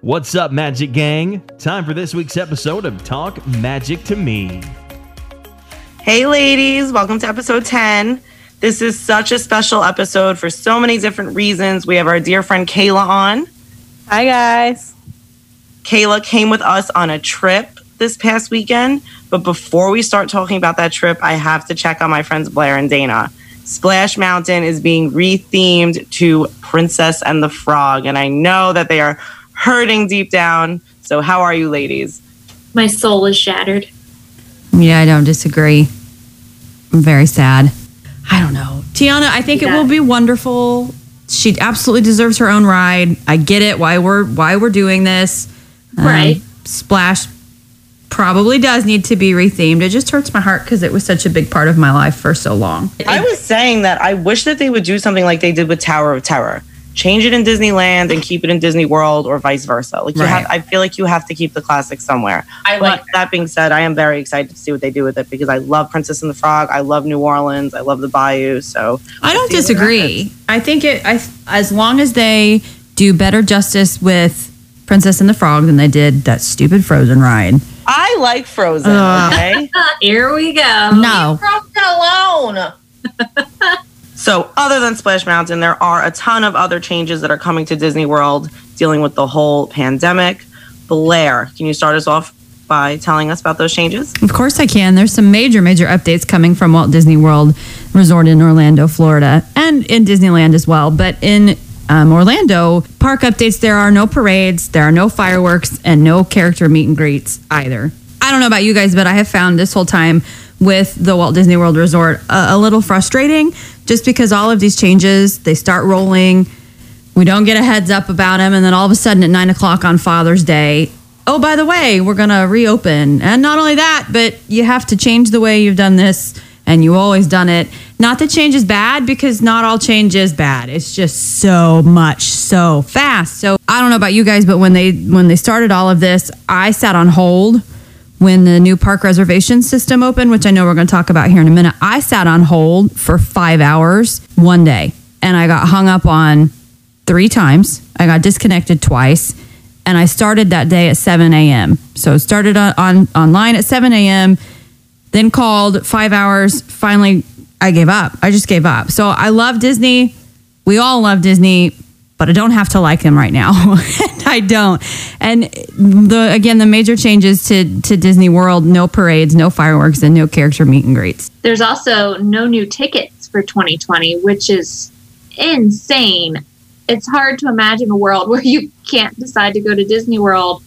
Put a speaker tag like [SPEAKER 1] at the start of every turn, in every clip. [SPEAKER 1] What's up, Magic Gang? Time for this week's episode of Talk Magic to Me.
[SPEAKER 2] Hey, ladies, welcome to episode 10. This is such a special episode for so many different reasons. We have our dear friend Kayla on.
[SPEAKER 3] Hi, guys.
[SPEAKER 2] Kayla came with us on a trip this past weekend, but before we start talking about that trip, I have to check on my friends Blair and Dana. Splash Mountain is being rethemed to Princess and the Frog, and I know that they are hurting deep down. So, how are you, ladies?
[SPEAKER 4] My soul is shattered.
[SPEAKER 5] Yeah, I don't disagree. I'm very sad. I don't know. Tiana, I think it
[SPEAKER 4] Yeah.
[SPEAKER 5] will be wonderful. She absolutely deserves her own ride. I get it why we're why we're doing this. Um,
[SPEAKER 4] Right.
[SPEAKER 5] Splash probably does need to be rethemed. It just hurts my heart because it was such a big part of my life for so long.
[SPEAKER 2] I was saying that I wish that they would do something like they did with Tower of Terror. Change it in Disneyland and keep it in Disney World or vice versa. Like you
[SPEAKER 5] Right.
[SPEAKER 2] have, I feel like you have to keep the classic somewhere.
[SPEAKER 4] I
[SPEAKER 2] But that being said, I am very excited to see what they do with it because I love Princess and the Frog. I love New Orleans. I love the Bayou. So
[SPEAKER 5] I don't
[SPEAKER 2] See what
[SPEAKER 5] disagree. I think it. I as long as they do better justice with Princess and the Frog than they did that stupid Frozen ride.
[SPEAKER 2] I like Frozen.
[SPEAKER 5] Ugh.
[SPEAKER 2] Okay.
[SPEAKER 4] Here we go.
[SPEAKER 5] No.
[SPEAKER 4] alone.
[SPEAKER 2] So, other than Splash Mountain, there are a ton of other changes that are coming to Disney World dealing with the whole pandemic. Blair, can you start us off by telling us about those changes?
[SPEAKER 5] Of course I can. There's some major, major updates coming from Walt Disney World Resort in Orlando, Florida, and in Disneyland as well. But in um, Orlando, park updates, there are no parades, there are no fireworks, and no character meet and greets either. I don't know about you guys, but I have found this whole time with the Walt Disney World Resort a, a little frustrating just because all of these changes, they start rolling. We don't get a heads up about them. And then all of a sudden at nine o'clock on Father's Day, oh, by the way, we're going to reopen. And not only that, but you have to change the way you've done this and you always done it. Not that change is bad because not all change is bad. It's just so much so fast. So I don't know about you guys, but when they when they started all of this, I sat on hold when the new park reservation system opened, which I know we're going to talk about here in a minute, I sat on hold for five hours one day and I got hung up on three times. I got disconnected twice and I started that day at 7 a.m. So started on, on online at 7 a.m then called five hours finally i gave up i just gave up so i love disney we all love disney but i don't have to like them right now and i don't and the again the major changes to to disney world no parades no fireworks and no character meet and greets
[SPEAKER 4] There's also no new tickets for 2020, which is insane. It's hard to imagine a world where you can't decide to go to Disney World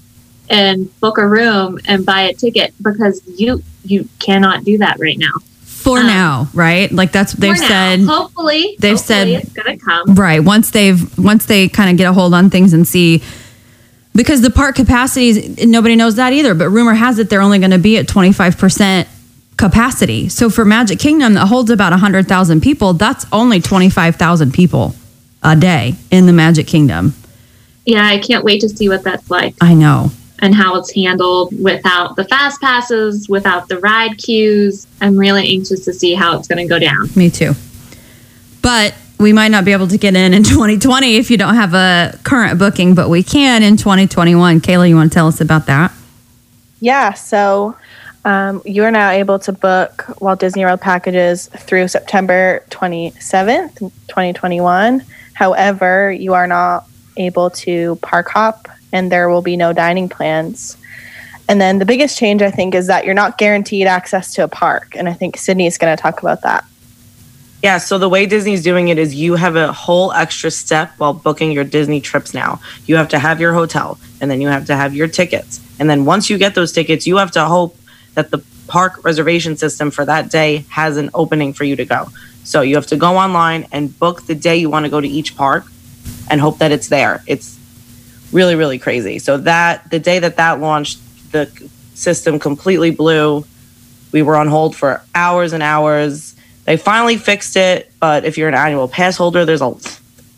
[SPEAKER 4] and book a room and buy a ticket because you you cannot do that right now.
[SPEAKER 5] for
[SPEAKER 4] Um,
[SPEAKER 5] now right like that's they've
[SPEAKER 4] For now.
[SPEAKER 5] said
[SPEAKER 4] hopefully
[SPEAKER 5] they've
[SPEAKER 4] hopefully
[SPEAKER 5] said-
[SPEAKER 4] it's gonna come.
[SPEAKER 5] Right. Once they've once they kind of get a hold on things and see because the park capacities nobody knows that either, but rumor has it they're only going to be at 25% capacity. So for Magic Kingdom that holds about 100,000 people, that's only 25,000 people a day in the Magic Kingdom.
[SPEAKER 4] Yeah, I can't wait to see what that's like.
[SPEAKER 5] I know.
[SPEAKER 4] and how it's handled without the fast passes, without the ride queues. I'm really anxious to see how it's going to go down.
[SPEAKER 5] Me too. But we might not be able to get in in 2020 if you don't have a current booking, but we can in 2021. Kayla, you want to tell us about that?
[SPEAKER 3] Yeah, so um, you are now able to book Walt Disney World packages through September 27th, 2021. However, you are not able to park hop and there will be no dining plans. And then the biggest change, I think, is that you're not guaranteed access to a park. And I think Sydney is going to talk about that.
[SPEAKER 2] Yeah, so the way Disney's doing it is you have a whole extra step while booking your Disney trips now. You have to have your hotel and then you have to have your tickets. And then once you get those tickets, you have to hope that the park reservation system for that day has an opening for you to go. So you have to go online and book the day you want to go to each park and hope that it's there. It's really really crazy. So that the day that that launched, the c- system completely blew. We were on hold for hours and hours. They finally fixed it, but if you're an annual pass holder, there's a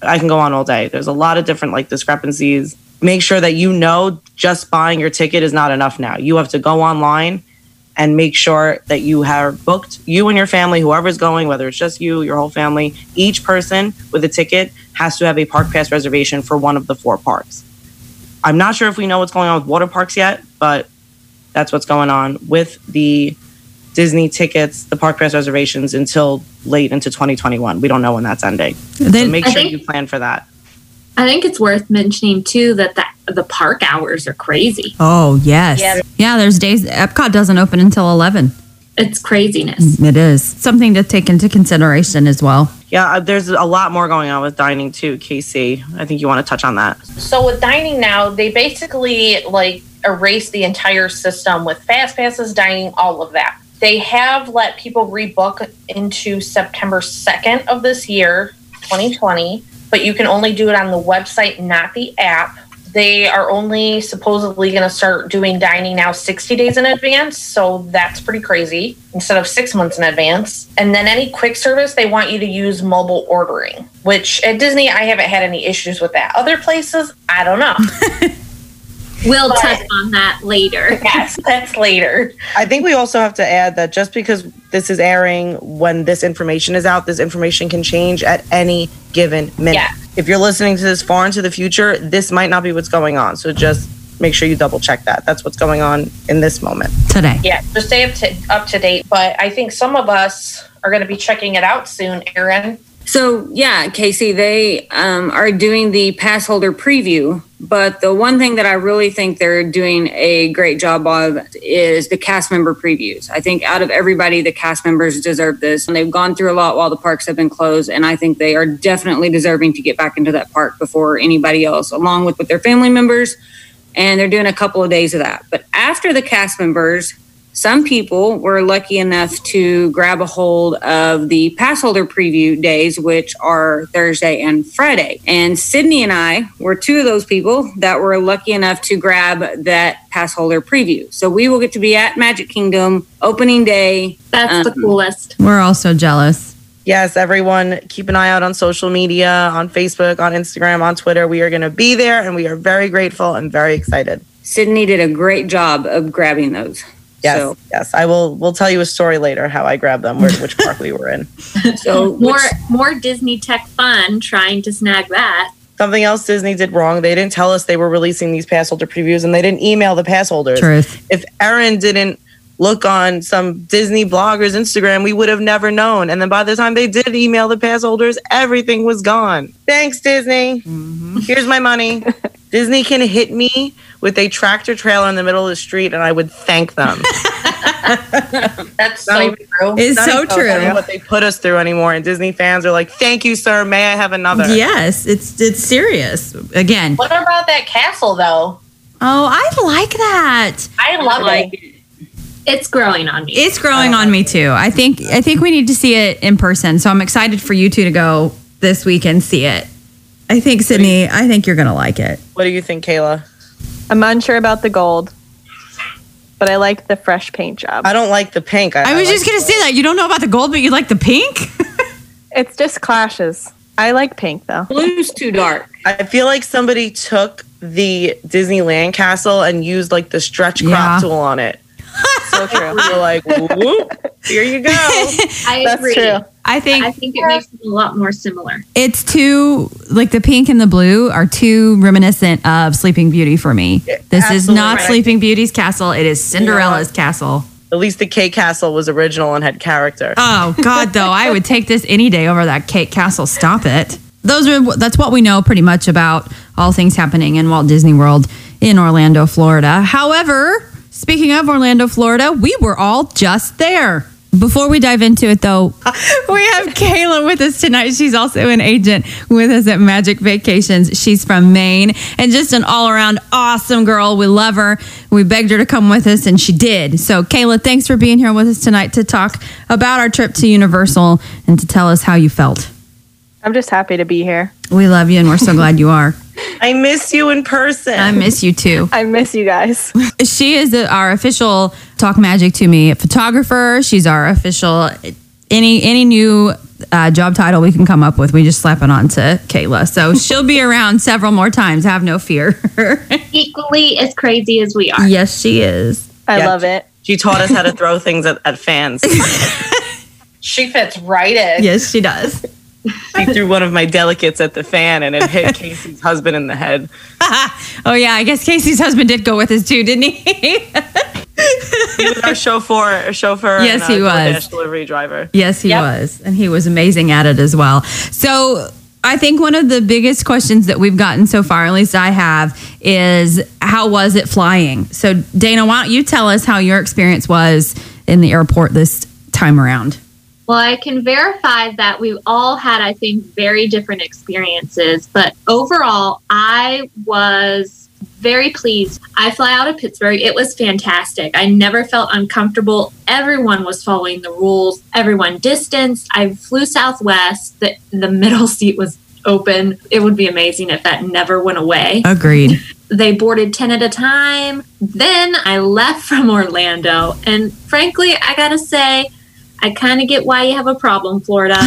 [SPEAKER 2] I can go on all day. There's a lot of different like discrepancies. Make sure that you know just buying your ticket is not enough now. You have to go online and make sure that you have booked you and your family, whoever's going, whether it's just you, your whole family, each person with a ticket has to have a park pass reservation for one of the four parks. I'm not sure if we know what's going on with water parks yet, but that's what's going on with the Disney tickets, the park pass reservations until late into 2021. We don't know when that's ending.
[SPEAKER 5] They,
[SPEAKER 2] So make
[SPEAKER 4] I
[SPEAKER 2] sure
[SPEAKER 4] think-
[SPEAKER 2] you plan for that.
[SPEAKER 4] I think it's worth mentioning too that the, the park hours are crazy.
[SPEAKER 5] oh yes, yeah.
[SPEAKER 4] Yeah.
[SPEAKER 5] There's days Epcot doesn't open until eleven.
[SPEAKER 4] It's
[SPEAKER 3] Mm.
[SPEAKER 4] craziness.
[SPEAKER 5] It is something to take into consideration as well.
[SPEAKER 2] Yeah, uh, there's a lot more going on with dining too, Casey. I think you want to touch on that.
[SPEAKER 6] So with dining now, they basically like erase the entire system with fast passes, dining, all of that. They have let people rebook into September 2nd of this year, 2020, but you can only do it on the website, not the app. They are only supposedly going to start doing dining now 60 days in advance. So that's pretty crazy instead of six months in advance. And then any quick service, they want you to use mobile ordering, which at Disney, I haven't had any issues with that. Other places, I don't know.
[SPEAKER 4] We'll touch on that later.
[SPEAKER 6] yes, that's later.
[SPEAKER 2] I think we also have to add that just because this is airing when this information is out, this information can change at any given minute.
[SPEAKER 6] Yeah.
[SPEAKER 2] If you're listening to this far into the future, this might not be what's going on. So just make sure you double check that. That's what's going on in this moment.
[SPEAKER 5] Today,
[SPEAKER 6] Yeah, just stay up to, up to date. But I think some of us are going to be checking it out soon, Erin.
[SPEAKER 7] So yeah, Casey, they um, are doing the pass holder preview. But the one thing that I really think they're doing a great job of is the cast member previews. I think out of everybody, the cast members deserve this. And they've gone through a lot while the parks have been closed. And I think they are definitely deserving to get back into that park before anybody else, along with, with their family members. And they're doing a couple of days of that. But after the cast members, some people were lucky enough to grab a hold of the pass holder preview days, which are Thursday and Friday. And Sydney and I were two of those people that were lucky enough to grab that pass holder preview. So we will get to be at Magic Kingdom opening day.
[SPEAKER 4] That's the
[SPEAKER 3] Um,
[SPEAKER 4] coolest.
[SPEAKER 5] we're all so jealous.
[SPEAKER 2] Yes, everyone, keep an eye out on social media, on Facebook, on Instagram, on Twitter. We are going to be there and we are very grateful and very excited.
[SPEAKER 7] Sydney did a great job of grabbing those.
[SPEAKER 2] Yes,
[SPEAKER 7] So,
[SPEAKER 2] yes. I will we'll tell you a story later how I grabbed them, where, which park we were in.
[SPEAKER 7] so
[SPEAKER 4] More
[SPEAKER 7] which-
[SPEAKER 4] more Disney Tech fun trying to snag that.
[SPEAKER 2] something else Disney did wrong. They didn't tell us they were releasing these pass holder previews and they didn't email the pass holders.
[SPEAKER 5] Truth.
[SPEAKER 2] If Erin didn't look on some Disney blogger's Instagram, we would have never known. And then by the time they did email the pass holders, everything was gone. Thanks, Disney.
[SPEAKER 5] Mm-hmm.
[SPEAKER 2] Here's my money. Disney can hit me with a tractor trailer in the middle of the street and I would thank them.
[SPEAKER 6] That's
[SPEAKER 2] Not
[SPEAKER 6] so
[SPEAKER 2] even-
[SPEAKER 6] true.
[SPEAKER 5] It's
[SPEAKER 2] Not
[SPEAKER 5] so
[SPEAKER 2] even telling
[SPEAKER 5] true.
[SPEAKER 2] What they put us through anymore. And Disney fans are like, thank you, sir. May I have another?
[SPEAKER 5] Yes, it's it's serious. Again,
[SPEAKER 6] What about that castle, though?
[SPEAKER 5] oh, I like that.
[SPEAKER 6] I love
[SPEAKER 7] like
[SPEAKER 6] it.
[SPEAKER 4] It's growing on me.
[SPEAKER 5] It's growing on me too. I think I think we need to see it in person. So I'm excited for you two to go this week and see it. I think Sydney, I think you're gonna like it.
[SPEAKER 2] What do you think, Kayla?
[SPEAKER 3] I'm unsure about the gold, but I like the fresh paint job.
[SPEAKER 2] I don't like the pink.
[SPEAKER 5] I was
[SPEAKER 2] like
[SPEAKER 5] just gonna say that you don't know about the gold, but you like the pink.
[SPEAKER 3] It's just clashes. I like pink though.
[SPEAKER 7] blue's too dark.
[SPEAKER 2] I feel like somebody took the Disneyland castle and used like the stretch crop
[SPEAKER 5] Yeah.
[SPEAKER 2] tool on it.
[SPEAKER 3] So true.
[SPEAKER 2] We were like, whoop, here you go.
[SPEAKER 4] I
[SPEAKER 3] That's
[SPEAKER 4] agree.
[SPEAKER 3] true.
[SPEAKER 5] I
[SPEAKER 4] I
[SPEAKER 5] think
[SPEAKER 4] think it makes it a lot more similar.
[SPEAKER 5] it's too like the pink and the blue are too reminiscent of Sleeping Beauty for me. This is
[SPEAKER 2] absolutely
[SPEAKER 5] not
[SPEAKER 2] right.
[SPEAKER 5] Sleeping Beauty's castle. It is Cinderella's castle.
[SPEAKER 2] At least the K castle was original and had character.
[SPEAKER 5] Oh God, though I would take this any day over that Kate Castle. Stop it. Those are that's what we know pretty much about all things happening in Walt Disney World in Orlando, Florida. However, speaking of Orlando, Florida, we were all just there. Before we dive into it, though, we have Kayla with us tonight. She's also an agent with us at Magic Vacations. She's from Maine and just an all around awesome girl. We love her. We begged her to come with us, and she did. So, Kayla, thanks for being here with us tonight to talk about our trip to Universal and to tell us how you felt.
[SPEAKER 3] I'm just happy to be here.
[SPEAKER 5] We love you, and we're so glad you are.
[SPEAKER 2] I miss you in person.
[SPEAKER 5] I miss you too.
[SPEAKER 3] I miss you guys.
[SPEAKER 5] She is the, our official Talk Magic to Me photographer. She's our official any any new uh, job title we can come up with. We just slap it on to Kayla, so she'll be around several more times. Have no fear.
[SPEAKER 4] Equally as crazy as we are.
[SPEAKER 5] yes, she is.
[SPEAKER 3] I
[SPEAKER 2] Yeah.
[SPEAKER 3] love it.
[SPEAKER 2] she taught us how to throw things at, at fans.
[SPEAKER 6] She fits right in.
[SPEAKER 5] Yes, she does.
[SPEAKER 2] He threw one of my delicates at the fan and it hit Casey's husband in the head.
[SPEAKER 5] Oh yeah, I guess Casey's husband did go with us too, didn't he?
[SPEAKER 2] He was our chauffeur, chauffeur.
[SPEAKER 5] Yes,
[SPEAKER 2] and, uh,
[SPEAKER 5] he was.
[SPEAKER 2] DoorDash delivery driver.
[SPEAKER 5] yes, he
[SPEAKER 6] Yep.
[SPEAKER 5] was, and he was amazing at it as well. So I think one of the biggest questions that we've gotten so far, at least I have, is how was it flying? So Dana, why don't you tell us how your experience was in the airport this time around?
[SPEAKER 4] Well, I can verify that we all had, I think, very different experiences, but overall, I was very pleased. I fly out of Pittsburgh. It was fantastic. I never felt uncomfortable. Everyone was following the rules, everyone distanced. I flew Southwest. The, the middle seat was open. It would be amazing if that never went away
[SPEAKER 5] Agreed.
[SPEAKER 4] they boarded 10 at a time. Then I left from Orlando. And frankly, I got to say, I kind of get why you have a problem, Florida,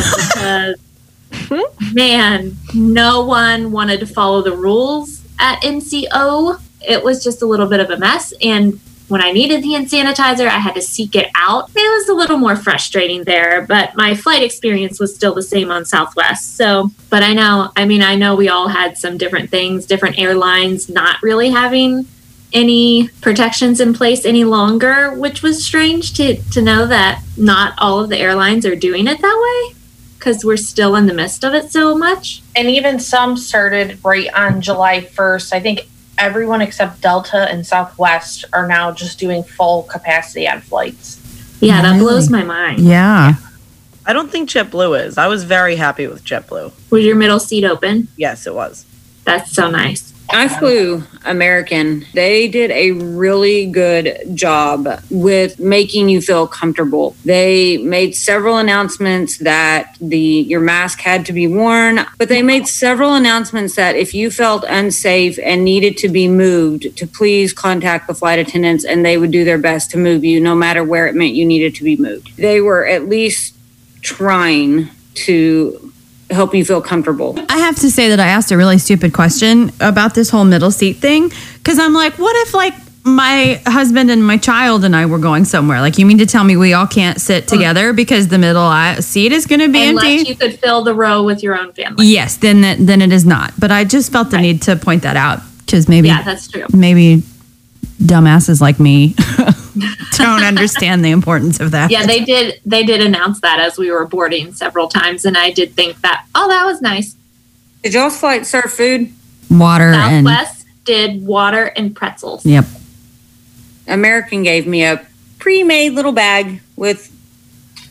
[SPEAKER 4] because man, no one wanted to follow the rules at NCO. It was just a little bit of a mess. And when I needed the hand sanitizer, I had to seek it out. It was a little more frustrating there, but my flight experience was still the same on Southwest. So, but I know, I mean, I know we all had some different things, different airlines not really having any protections in place any longer, which was strange to, to know that not all of the airlines are doing it that way because we're still in the midst of it so much.
[SPEAKER 6] and even some started right on July 1st. I think everyone except Delta and Southwest are now just doing full capacity on flights.
[SPEAKER 4] Yeah, that
[SPEAKER 5] Really?
[SPEAKER 4] blows my mind.
[SPEAKER 5] Yeah.
[SPEAKER 2] I don't think JetBlue is. I was very happy with JetBlue.
[SPEAKER 4] Was your middle seat open?
[SPEAKER 2] Yes, it was.
[SPEAKER 4] That's so nice.
[SPEAKER 7] I flew American. They did a really good job with making you feel comfortable. They made several announcements that the your mask had to be worn, but they made several announcements that if you felt unsafe and needed to be moved, to please contact the flight attendants and they would do their best to move you no matter where it meant you needed to be moved. They were at least trying to help you feel comfortable.
[SPEAKER 5] I have to say that I asked a really stupid question about this whole middle seat thing because I'm like, what if like my husband and my child and I were going somewhere? Like, you mean to tell me we all can't sit together because the middle aisle seat is going to be empty?
[SPEAKER 4] Unless you could fill the row with your own family.
[SPEAKER 5] yes, then that, then it is not. But I just felt the need to point that out because maybe
[SPEAKER 4] Yeah, that's true.
[SPEAKER 5] maybe dumbasses like me don't understand the importance of that.
[SPEAKER 4] Yeah, they did. They did announce that as we were boarding several times, and I did think that. Oh, that was nice.
[SPEAKER 7] Did y'all flight serve food?
[SPEAKER 5] water and
[SPEAKER 4] Southwest did water and pretzels.
[SPEAKER 5] yep.
[SPEAKER 7] American gave me a pre-made little bag with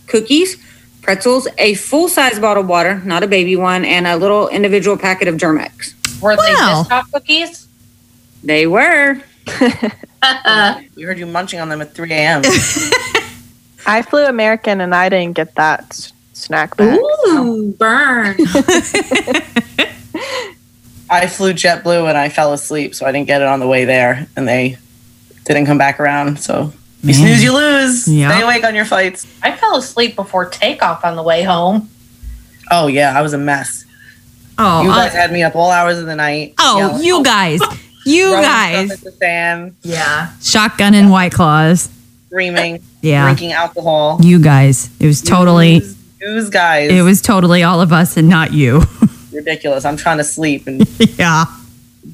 [SPEAKER 7] cookies, pretzels, a full-size bottle of water, not a baby one, and a little individual packet of Germex.
[SPEAKER 6] Were they
[SPEAKER 5] Wow.
[SPEAKER 6] discount cookies?
[SPEAKER 7] They were.
[SPEAKER 4] Uh,
[SPEAKER 2] We heard you munching on them at 3 a.m.
[SPEAKER 3] I flew American and I didn't get that s- snack bag.
[SPEAKER 4] Ooh, burn!
[SPEAKER 2] I flew JetBlue and I fell asleep, so I didn't get it on the way there, and they didn't come back around. So you snooze, you lose.
[SPEAKER 5] Yeah.
[SPEAKER 2] Stay awake on your flights.
[SPEAKER 6] I fell asleep before takeoff on the way home.
[SPEAKER 2] Oh yeah, I was a mess.
[SPEAKER 5] Oh,
[SPEAKER 2] You
[SPEAKER 5] uh,
[SPEAKER 2] guys had me up all hours of the night.
[SPEAKER 5] oh,
[SPEAKER 2] yelling,
[SPEAKER 5] you guys, you
[SPEAKER 2] throwing
[SPEAKER 5] guys,
[SPEAKER 2] stuff at the fan,
[SPEAKER 6] Yeah.
[SPEAKER 5] shotgun and white claws.
[SPEAKER 2] screaming,
[SPEAKER 5] Yeah.
[SPEAKER 2] drinking alcohol.
[SPEAKER 5] you guys. It was totally
[SPEAKER 2] Use, use guys.
[SPEAKER 5] it was totally all of us and not you.
[SPEAKER 2] ridiculous. I'm trying to sleep and
[SPEAKER 5] yeah,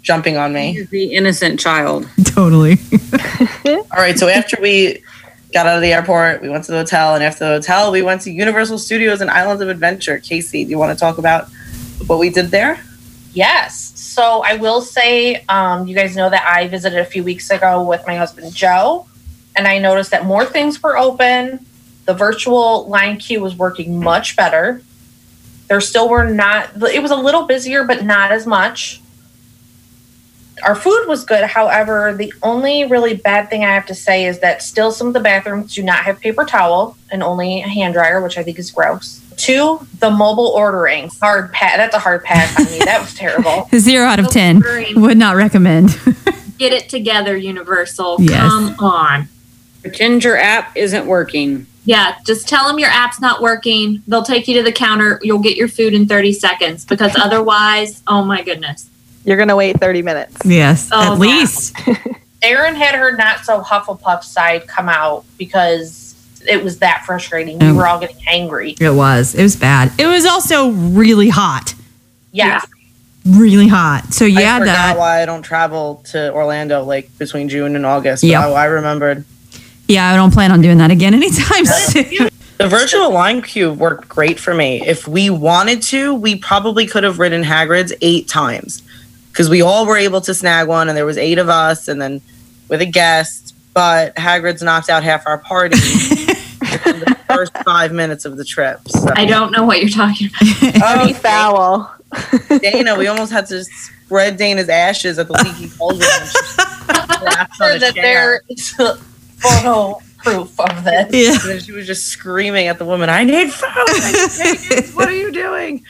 [SPEAKER 2] jumping on me.
[SPEAKER 7] The innocent child.
[SPEAKER 5] totally.
[SPEAKER 2] All right, so after we got out of the airport, we went to the hotel, and after the hotel, we went to Universal Studios and Islands of Adventure. Casey, do you want to talk about what we did there?
[SPEAKER 6] Yes. So I will say, um, you guys know that I visited a few weeks ago with my husband Joe, and I noticed that more things were open. The virtual line queue was working much better. There still were not, it was a little busier, but not as much. Our food was good. However, the only really bad thing I have to say is that still some of the bathrooms do not have paper towel and only a hand dryer, which I think is gross. Two, the mobile ordering. Hard pass. That's a hard pass on me. That was terrible.
[SPEAKER 5] Zero out of ten.
[SPEAKER 4] Burn.
[SPEAKER 5] Would not recommend.
[SPEAKER 4] Get it together, Universal.
[SPEAKER 5] Yes.
[SPEAKER 4] Come on.
[SPEAKER 7] Pretend your app isn't working.
[SPEAKER 4] Yeah, just tell them your app's not working. They'll take you to the counter. You'll get your food in 30 seconds because otherwise, oh my goodness.
[SPEAKER 3] You're going to wait 30 minutes.
[SPEAKER 5] yes,
[SPEAKER 4] Oh,
[SPEAKER 5] at
[SPEAKER 4] wow.
[SPEAKER 5] least
[SPEAKER 6] Erin had her not so Hufflepuff side come out because it was that frustrating. We were all getting angry.
[SPEAKER 5] It was. It was bad. It was also really hot.
[SPEAKER 6] Yeah.
[SPEAKER 5] Really hot. So you
[SPEAKER 2] I
[SPEAKER 5] had
[SPEAKER 2] forgot
[SPEAKER 5] that.
[SPEAKER 2] why I don't travel to Orlando like between June and August.
[SPEAKER 5] Yeah.
[SPEAKER 2] Yeah, I, I remembered.
[SPEAKER 5] Yeah, I don't plan on doing that again anytime soon.
[SPEAKER 2] The virtual line queue worked great for me. If we wanted to, we probably could have ridden Hagrid's eight times because we all were able to snag one, and there was eight of us, and then with a guest. But Hagrid's knocked out half our party in the first five minutes of the trip. So.
[SPEAKER 4] I don't know what you're talking about.
[SPEAKER 5] Um,
[SPEAKER 3] Pretty foul.
[SPEAKER 2] Dana, we almost had to spread Dana's ashes at the leaky cauldron. and she collapsed on
[SPEAKER 6] Sure
[SPEAKER 2] a chair.
[SPEAKER 6] that there is photo proof of this.
[SPEAKER 5] Yeah.
[SPEAKER 2] And then she was just screaming at the woman, I need food! I need pancakes! What are you doing?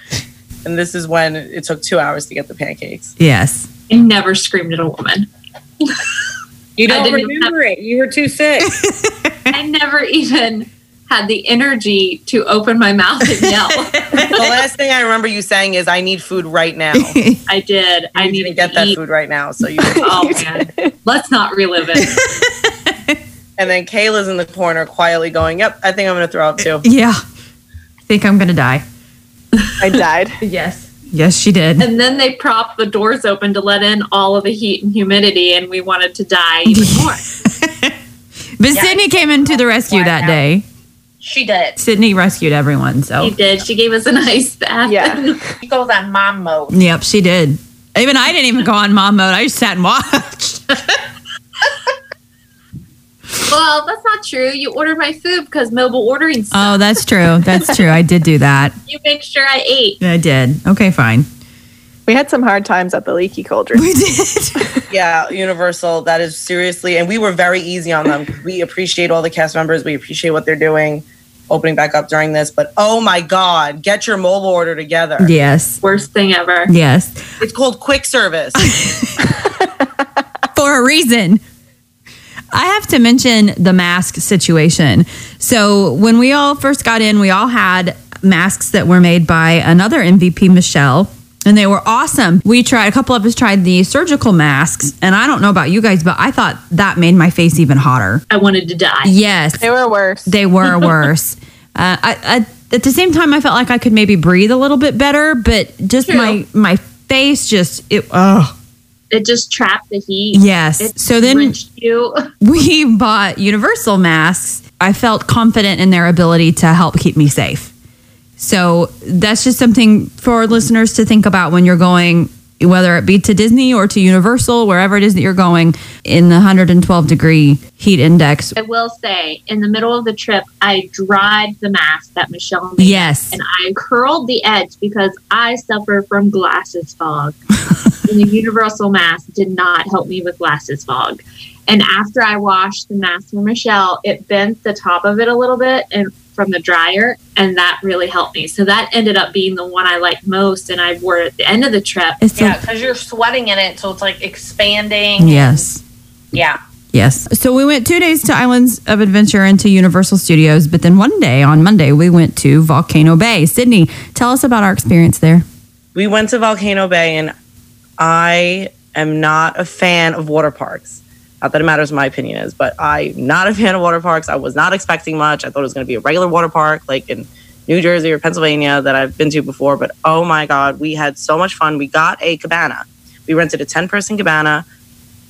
[SPEAKER 2] And this is when it took two hours to get the pancakes.
[SPEAKER 5] Yes.
[SPEAKER 4] I never screamed at a woman.
[SPEAKER 7] You
[SPEAKER 4] I
[SPEAKER 7] don't
[SPEAKER 4] didn't
[SPEAKER 7] remember it. You were too sick.
[SPEAKER 4] I never even had the energy to open my mouth and yell.
[SPEAKER 2] The last thing I remember you saying is, I need food right now.
[SPEAKER 4] I did.
[SPEAKER 2] I
[SPEAKER 4] I
[SPEAKER 2] need
[SPEAKER 4] needed
[SPEAKER 2] to
[SPEAKER 4] to
[SPEAKER 2] get that
[SPEAKER 4] eat.
[SPEAKER 2] food right now. So you
[SPEAKER 4] Oh man, let's not relive it.
[SPEAKER 2] and then Kayla's in the corner quietly going, Yep, I think I'm gonna throw up too.
[SPEAKER 5] Yeah. Think I'm gonna die.
[SPEAKER 3] I died.
[SPEAKER 5] Yes. Yes, she did.
[SPEAKER 4] And then they propped the doors open to let in all of the heat and humidity, and we wanted to die even more.
[SPEAKER 5] But Sydney came into the rescue that day.
[SPEAKER 6] She did.
[SPEAKER 5] Sydney rescued everyone. So
[SPEAKER 4] She did. She gave us an ice bath.
[SPEAKER 3] Yeah.
[SPEAKER 6] She goes on mom mode.
[SPEAKER 5] yep, she did. Even I didn't even go on mom mode. I just sat and watched.
[SPEAKER 4] Well, that's not true. You ordered my food because mobile ordering. Stuff.
[SPEAKER 5] Oh, that's true. That's true. I did do that.
[SPEAKER 4] you make sure I ate.
[SPEAKER 5] I did. Okay, fine.
[SPEAKER 3] We had some hard times at the leaky cauldron.
[SPEAKER 5] We did.
[SPEAKER 2] Yeah, Universal, that is seriously and we were very easy on them. We appreciate all the cast members, we appreciate what they're doing, opening back up during this, but oh my god, get your mobile order together.
[SPEAKER 5] Yes.
[SPEAKER 4] Worst thing ever.
[SPEAKER 5] Yes.
[SPEAKER 2] It's called quick service.
[SPEAKER 5] For a reason. I have to mention the mask situation. So, when we all first got in, we all had masks that were made by another MVP, Michelle, and they were awesome. We tried, a couple of us tried the surgical masks, and I don't know about you guys, but I thought that made my face even hotter.
[SPEAKER 4] I wanted to die.
[SPEAKER 5] Yes.
[SPEAKER 3] They were worse.
[SPEAKER 5] They were worse. uh, I, I, at the same time, I felt like I could maybe breathe a little bit better, but just my my face just it. Oh
[SPEAKER 4] It just trapped the heat.
[SPEAKER 5] yes.
[SPEAKER 4] It
[SPEAKER 5] so then
[SPEAKER 4] drenched you.
[SPEAKER 5] we bought universal masks. I felt confident in their ability to help keep me safe. So that's just something for listeners to think about when you're going, whether it be to Disney or to Universal, wherever it is that you're going in the 112 degree heat index.
[SPEAKER 4] I will say, in the middle of the trip, I dried the mask that Michelle made.
[SPEAKER 5] Yes.
[SPEAKER 4] And I curled the edge because I suffer from glasses fog. and the universal mask did not help me with glasses fog. And after I washed the mask for Michelle, it bent the top of it a little bit and from the dryer, and that really helped me. So that ended up being the one I liked most, and I wore it at the end of the trip.
[SPEAKER 5] It's
[SPEAKER 6] Yeah,
[SPEAKER 5] like,
[SPEAKER 6] because you're sweating in it, so it's like expanding.
[SPEAKER 5] yes.
[SPEAKER 6] Yeah.
[SPEAKER 5] Yes. So we went two days to Islands of Adventure and to Universal Studios, but then one day on Monday we went to Volcano Bay. Sydney, tell us about our experience there.
[SPEAKER 2] we went to Volcano Bay, and I am not a fan of water parks. Not that it matters, what my opinion is, but I'm not a fan of water parks. I was not expecting much. I thought it was going to be a regular water park, like in New Jersey or Pennsylvania that I've been to before. But oh my God, we had so much fun. We got a cabana. We rented a 10 person cabana.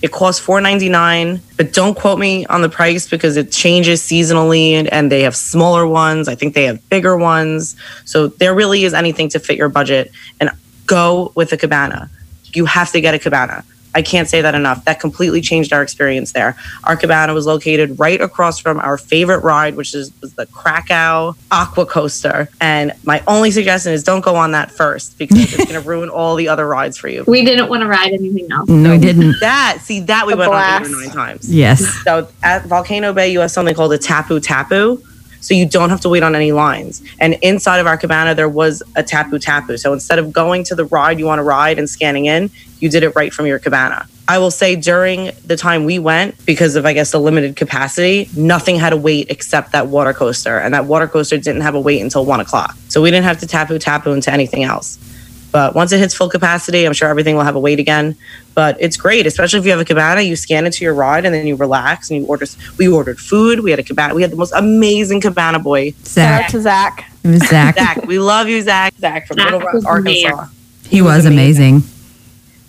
[SPEAKER 2] It cost $4.99, but don't quote me on the price because it changes seasonally and, and they have smaller ones. I think they have bigger ones. So there really is anything to fit your budget and go with a cabana. You have to get a cabana. I can't say that enough. That completely changed our experience there. Our cabana was located right across from our favorite ride, which is was the Krakow Aqua Coaster. And my only suggestion is don't go on that first because it's going to ruin all the other rides for you.
[SPEAKER 4] We didn't want to ride anything else.
[SPEAKER 5] No, we didn't.
[SPEAKER 2] That see that we
[SPEAKER 3] A
[SPEAKER 2] went on eight or
[SPEAKER 3] blast.
[SPEAKER 2] nine times.
[SPEAKER 5] Yes.
[SPEAKER 2] So at Volcano Bay, you have something called a tapu tapu. So you don't have to wait on any lines. And inside of our cabana, there was a tapu tapu. So instead of going to the ride you want to ride and scanning in, you did it right from your cabana. I will say during the time we went, because of I guess the limited capacity, nothing had a wait except that water coaster. And that water coaster didn't have a wait until one o'clock. So we didn't have to tapu tapu into anything else. But once it hits full capacity, I'm sure everything will have a weight again. But it's great, especially if you have a cabana. You scan it to your ride, and then you relax and you order. We ordered food. We had a cabana. We had the most amazing cabana boy,
[SPEAKER 3] Shout out
[SPEAKER 5] Zach.
[SPEAKER 3] to Zach.
[SPEAKER 5] It was Zach.
[SPEAKER 2] Zach. we love you, Zach. Zach from
[SPEAKER 4] Zach
[SPEAKER 2] Little Rock,
[SPEAKER 4] was
[SPEAKER 2] Arkansas.
[SPEAKER 4] amazing.
[SPEAKER 5] He was amazing.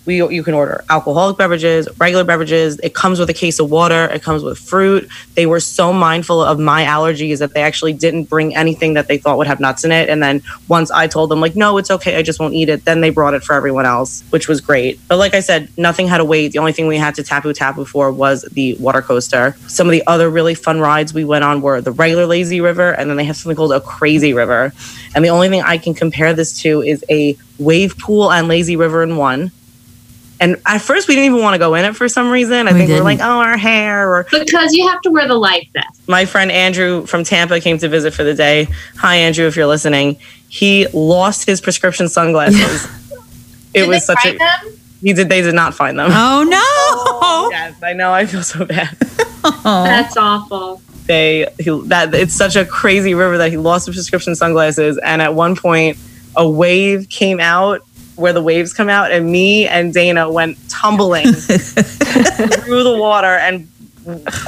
[SPEAKER 2] we you can order alcoholic beverages, regular beverages. It comes with a case of water. It comes with fruit. They were so mindful of my allergies that they actually didn't bring anything that they thought would have nuts in it. And then once I told them like, no, it's okay, I just won't eat it. Then they brought it for everyone else, which was great. But like I said, nothing had a wait. The only thing we had to tapu tapu for was the water coaster. Some of the other really fun rides we went on were the regular lazy river, and then they have something called a crazy river. And the only thing I can compare this to is a wave pool and lazy river in one. And at first, we didn't even want to go in it for some reason. I
[SPEAKER 5] We
[SPEAKER 2] think we
[SPEAKER 5] didn't.
[SPEAKER 2] we're like, oh, our hair. Or
[SPEAKER 4] because you have to wear the life vest.
[SPEAKER 2] my friend Andrew from Tampa came to visit for the day. Hi, Andrew, if you're listening. He lost his prescription sunglasses. it
[SPEAKER 6] Did
[SPEAKER 2] was
[SPEAKER 6] they
[SPEAKER 2] such a
[SPEAKER 6] find them?
[SPEAKER 2] he did they did not find them.
[SPEAKER 5] Oh no!
[SPEAKER 2] Yes, I know. I feel so bad.
[SPEAKER 4] That's awful.
[SPEAKER 2] They he, that it's such a crazy river that he lost his prescription sunglasses, and at one point, a wave came out where the waves come out, and me and Dana went tumbling through the water and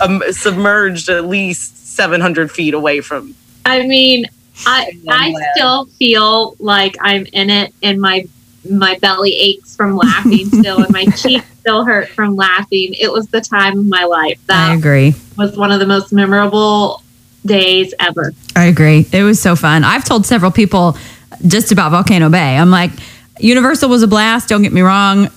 [SPEAKER 2] um, submerged at least 700 feet away from.
[SPEAKER 4] I mean, I I
[SPEAKER 2] laugh.
[SPEAKER 4] still feel like I'm in it, and my my belly aches from laughing still, and my cheeks still hurt from laughing. It was the time of my life.
[SPEAKER 5] I
[SPEAKER 4] That
[SPEAKER 5] agree.
[SPEAKER 4] was one of the most memorable days ever.
[SPEAKER 5] I agree. It was so fun. I've told several people just about Volcano Bay. I'm like, Universal was a blast. Don't get me wrong.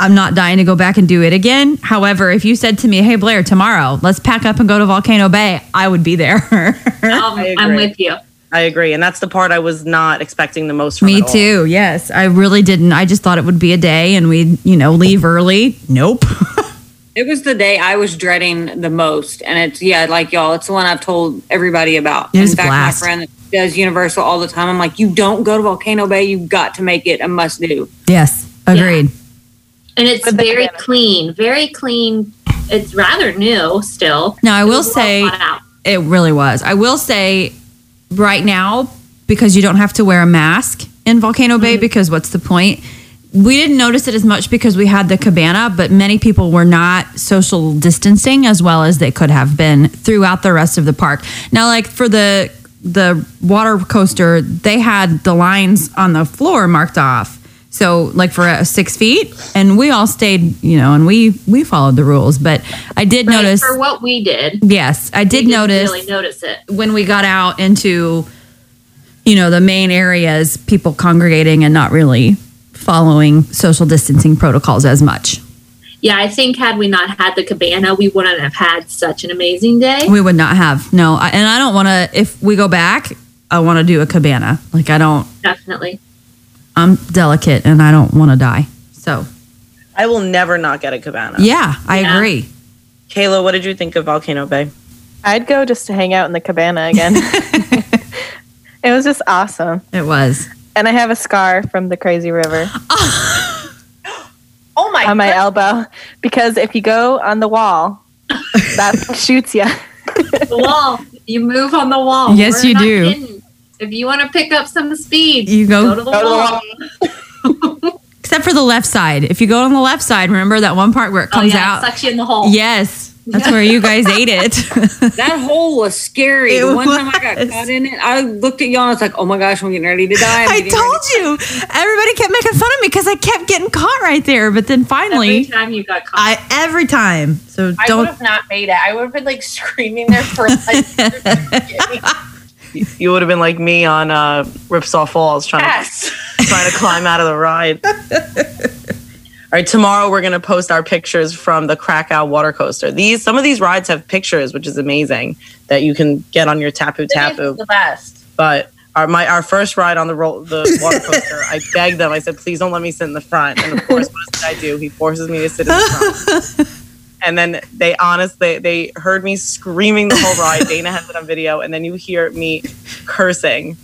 [SPEAKER 5] I'm not dying to go back and do it again. However, if you said to me, hey, Blair, tomorrow, let's pack up and go to Volcano Bay, I would be there.
[SPEAKER 4] Um,
[SPEAKER 2] I
[SPEAKER 4] I'm
[SPEAKER 2] agree.
[SPEAKER 4] with you.
[SPEAKER 2] I agree, and that's the part I was not expecting the most. From
[SPEAKER 5] me
[SPEAKER 2] it all.
[SPEAKER 5] too. Yes. I really didn't. I just thought it would be a day and we'd, you know, leave early. Nope.
[SPEAKER 7] It was the day I was dreading the most, and it's yeah, like y'all, it's the one I've told everybody about.
[SPEAKER 5] It was
[SPEAKER 7] In fact,
[SPEAKER 5] blast.
[SPEAKER 7] my friend that does Universal all the time. I'm like, you don't go to Volcano Bay, you got to make it a must do.
[SPEAKER 5] yes. Agreed.
[SPEAKER 4] And it's
[SPEAKER 3] With the
[SPEAKER 4] very
[SPEAKER 3] banana.
[SPEAKER 4] clean, very clean. It's rather new still.
[SPEAKER 5] Now, I
[SPEAKER 4] It
[SPEAKER 5] will
[SPEAKER 4] was well
[SPEAKER 5] say-
[SPEAKER 4] thought out.
[SPEAKER 5] It really was. I will say right now, because you don't have to wear a mask in Volcano
[SPEAKER 4] Mm-hmm.
[SPEAKER 5] Bay, because what's the point? We didn't notice it as much because we had the cabana, but many people were not social distancing as well as they could have been throughout the rest of the park. Now, like for the the water coaster, they had the lines on the floor marked off. So like for uh, six feet, and we all stayed, you know, and we we followed the rules. But I did
[SPEAKER 4] Right,
[SPEAKER 5] notice,
[SPEAKER 4] for what we did.
[SPEAKER 5] yes, I
[SPEAKER 4] we
[SPEAKER 5] did
[SPEAKER 4] didn't
[SPEAKER 5] notice
[SPEAKER 4] really notice it.
[SPEAKER 5] when we got out into you know the main areas people congregating and not really following social distancing protocols as much
[SPEAKER 4] Yeah, I think had we not had the cabana, we wouldn't have had such an amazing day.
[SPEAKER 5] we would not have no I, and i don't want to if we go back i want to do a cabana like i don't
[SPEAKER 4] Definitely.
[SPEAKER 5] i'm delicate and i don't want to die so
[SPEAKER 2] I will never not get a cabana.
[SPEAKER 5] yeah i
[SPEAKER 4] Yeah.
[SPEAKER 5] agree
[SPEAKER 2] Kayla, what did you think of Volcano Bay?
[SPEAKER 3] I'd go just to hang out in the cabana again. it was just awesome.
[SPEAKER 5] it was
[SPEAKER 3] And I have a scar from the crazy river
[SPEAKER 6] Oh my!
[SPEAKER 3] on my
[SPEAKER 6] goodness.
[SPEAKER 3] elbow because if you go on the wall, that shoots you.
[SPEAKER 4] The wall. You move on the wall.
[SPEAKER 5] Yes, you
[SPEAKER 4] not
[SPEAKER 5] do.
[SPEAKER 4] kidding. If you want to pick up some speed,
[SPEAKER 5] You go-
[SPEAKER 4] to the
[SPEAKER 3] Go to the
[SPEAKER 4] wall. Oh,
[SPEAKER 3] wall.
[SPEAKER 5] except for the left side if you go on the left side remember that one part where it
[SPEAKER 4] Oh,
[SPEAKER 5] comes
[SPEAKER 4] yeah, it
[SPEAKER 5] out
[SPEAKER 4] sucks you in the hole.
[SPEAKER 5] yes that's where you guys ate it
[SPEAKER 7] That hole was scary.
[SPEAKER 5] It
[SPEAKER 7] the one time I got
[SPEAKER 5] was.
[SPEAKER 7] caught in it, I looked at y'all and I was like, oh my gosh, I'm getting ready to die. I'm
[SPEAKER 5] I
[SPEAKER 7] getting ready to-
[SPEAKER 5] told you. Everybody kept making fun of me because I kept getting caught right there. But then
[SPEAKER 4] Every
[SPEAKER 5] finally,
[SPEAKER 4] time you got caught.
[SPEAKER 5] I every time. So
[SPEAKER 6] I would
[SPEAKER 5] don't.
[SPEAKER 6] have not made it. I would have been like screaming there for like.
[SPEAKER 2] You would have been like me on uh, Ripsaw Falls trying to
[SPEAKER 6] yes.
[SPEAKER 2] trying to climb out of the ride. All right, tomorrow we're gonna post our pictures from the Krakow water coaster. These some of these rides have pictures, which is amazing that you can get on your Tapu Tapu.
[SPEAKER 6] The best.
[SPEAKER 2] But our my our first ride on the roll the water coaster, I begged them. I said, "Please don't let me sit in the front." And of course, what did I do? He forces me to sit in the front. And then they honest they they heard me screaming the whole ride. Dana has it on video, and then you hear me cursing.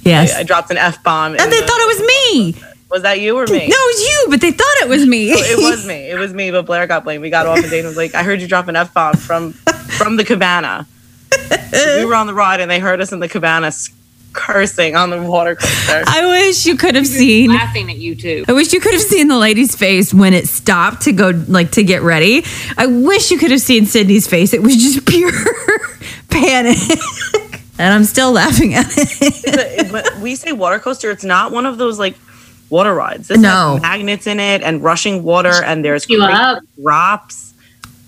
[SPEAKER 5] Yes.
[SPEAKER 2] I, I dropped an f bomb.
[SPEAKER 5] and they thought it was me.
[SPEAKER 2] was that you or
[SPEAKER 5] No,
[SPEAKER 2] me?
[SPEAKER 5] it was you. But they thought it was me.
[SPEAKER 2] it was me. It was me, but Blair got blamed. We got off and Dana was like, I heard you drop an F bomb from from the cabana. we were on the ride and they heard us in the cabana s- cursing on the water coaster.
[SPEAKER 5] I wish you could have seen.
[SPEAKER 7] laughing at you too.
[SPEAKER 5] I wish you could have seen the lady's face when it stopped to go like to get ready. I wish you could have seen Sydney's face. It was just pure panic. and I'm still laughing at it.
[SPEAKER 2] But when we say water coaster, it's not one of those like water rides. This
[SPEAKER 5] No.
[SPEAKER 2] has magnets in it and rushing water, and there's
[SPEAKER 4] You
[SPEAKER 2] crazy
[SPEAKER 4] up.
[SPEAKER 2] drops.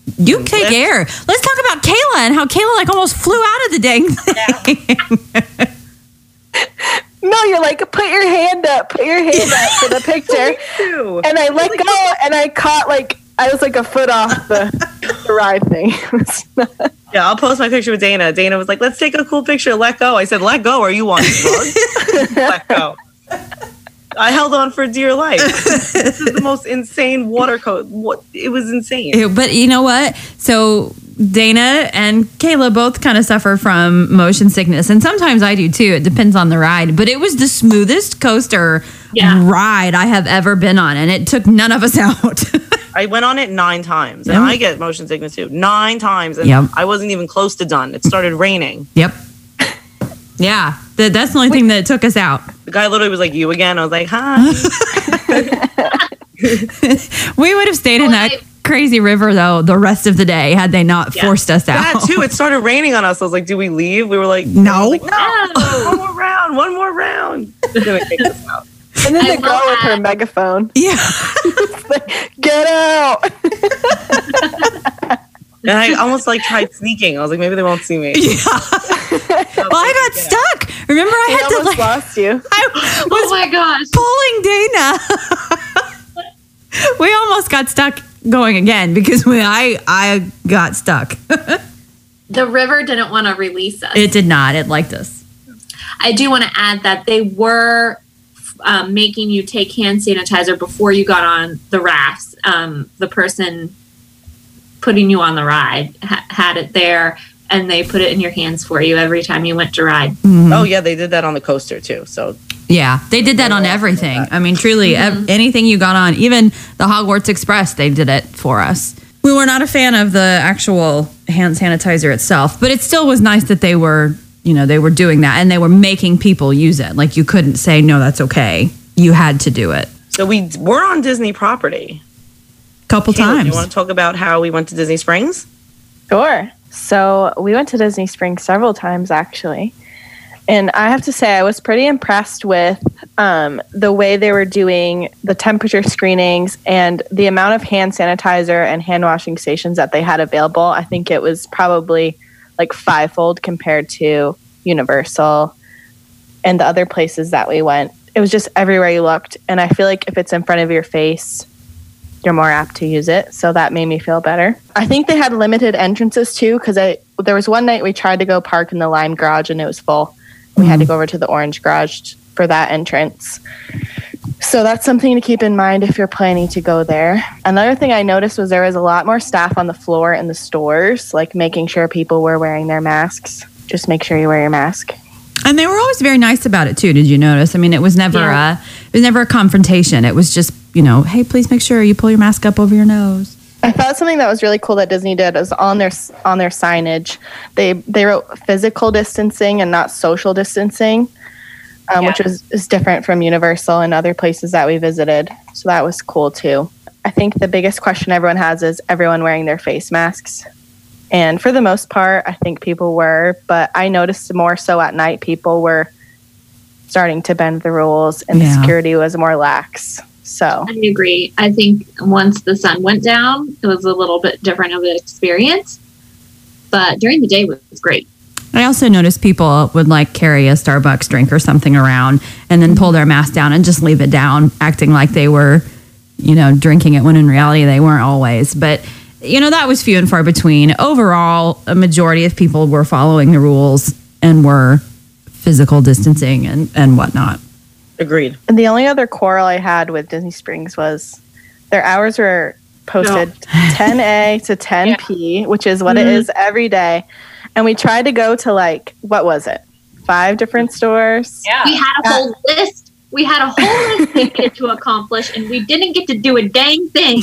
[SPEAKER 2] Mm,
[SPEAKER 5] You take air. Let's talk about Kayla and how Kayla like almost flew out of the dang thing.
[SPEAKER 3] No, you're like, put your hand up, put your hand up for the picture.
[SPEAKER 2] Ew.
[SPEAKER 3] And I let go and I caught like I was like a foot off the, the ride thing. It's not-
[SPEAKER 2] Yeah, I'll post my picture with Dana. Dana was like, "Let's take a cool picture. Let go." I said, "Let go. Are you on drugs? Let go." I held on for dear life. this is the most insane water coat. What it was insane.
[SPEAKER 5] Ew, but you know what? So Dana and Kayla both kind of suffer from motion sickness, and sometimes I do too. It depends on the ride, but it was the smoothest coaster
[SPEAKER 4] Yeah.
[SPEAKER 5] ride I have ever been on, and it took none of us out.
[SPEAKER 2] I went on it nine times, and I get motion sickness too. Nine times, and
[SPEAKER 5] Yep.
[SPEAKER 2] I wasn't even close to done. It started raining.
[SPEAKER 5] yep. Yeah, that, that's the only thing that took us out.
[SPEAKER 2] The guy literally was like, "You again?" I was like, "Hi."
[SPEAKER 5] We would have stayed in that crazy river though the rest of the day had they not forced us out.
[SPEAKER 2] that too. It started raining on us. I was like, "Do we leave?" We were like,
[SPEAKER 5] No.
[SPEAKER 2] Like, no. one more round. One more round." Then we kicked us out.
[SPEAKER 3] And then
[SPEAKER 4] I
[SPEAKER 3] the girl
[SPEAKER 4] love
[SPEAKER 3] with her
[SPEAKER 4] that.
[SPEAKER 3] megaphone,
[SPEAKER 5] Yeah.
[SPEAKER 3] get out.
[SPEAKER 2] And I almost like tried sneaking. I was like, maybe they won't see me.
[SPEAKER 5] yeah. well, I got stuck. Remember, I
[SPEAKER 3] I
[SPEAKER 5] had to like
[SPEAKER 3] almost lost you.
[SPEAKER 5] I
[SPEAKER 4] Oh
[SPEAKER 5] was
[SPEAKER 4] my gosh.
[SPEAKER 5] pulling Dana. we almost got stuck going again because when I I got stuck.
[SPEAKER 4] The river didn't want to release us.
[SPEAKER 5] It did not. It liked us.
[SPEAKER 4] I do want to add that they were um, making you take hand sanitizer before you got on the rafts. Um, the person putting you on the ride ha- had it there, and they put it in your hands for you every time you went to ride.
[SPEAKER 5] Mm-hmm.
[SPEAKER 2] Oh yeah, they did that on the coaster too. So
[SPEAKER 5] Yeah, Mm-hmm. they did that on everything. I mean, truly, ev- anything you got on, even the Hogwarts Express, they did it for us. We were not a fan of the actual hand sanitizer itself, but it still was nice that they were, you know, they were doing that and they were making people use it. Like you couldn't say no, that's okay. You had to do it.
[SPEAKER 2] so we were on Disney property.
[SPEAKER 5] Couple
[SPEAKER 2] Kayla, do
[SPEAKER 5] times.
[SPEAKER 2] you want to talk about how we went to Disney Springs?
[SPEAKER 3] Sure. So we went to Disney Springs several times actually. And I have to say, I was pretty impressed with um, the way they were doing the temperature screenings and the amount of hand sanitizer and hand washing stations that they had available. I think it was probably like fivefold compared to Universal and the other places that we went. It was just everywhere you looked. And I feel like if it's in front of your face, you're more apt to use it. So that made me feel better. I think they had limited entrances too, because I there was one night we tried to go park in the lime garage and it was full. We had to go over to the orange garage t- for that entrance. So that's something to keep in mind if you're planning to go there. Another thing I noticed was there was a lot more staff on the floor in the stores, like making sure people were wearing their masks. Just make sure you wear your mask.
[SPEAKER 5] And they were always very nice about it too. Did you notice? I mean, it was never a it was never a confrontation. It was just you know, hey, please make sure you pull your mask up over your nose.
[SPEAKER 3] I thought something that was really cool that Disney did is on their on their signage. They they wrote physical distancing and not social distancing, um, which is, is different from Universal and other places that we visited. So that was cool too. I think the biggest question everyone has is everyone wearing their face masks, and for the most part, I think people were. But I noticed more so at night, people were starting to bend the rules, and
[SPEAKER 5] Yeah.
[SPEAKER 3] the security was more lax. So
[SPEAKER 4] I agree. I think once the sun went down, it was a little bit different of an experience, but during the day was great.
[SPEAKER 5] I also noticed people would like carry a Starbucks drink or something around and then pull their mask down and just leave it down, acting like they were, you know, drinking it when in reality they weren't always. But you know, that was few and far between. Overall, a majority of people were following the rules and were physical distancing and, and whatnot.
[SPEAKER 2] Agreed.
[SPEAKER 3] And the only other quarrel I had with Disney Springs was their hours were posted 10A to 10P, which is what it is every day. And we tried to go to like, what was it? Five different stores.
[SPEAKER 6] Yeah.
[SPEAKER 4] We had a whole list. We had a whole list we needed to accomplish, and we didn't get to do a dang thing.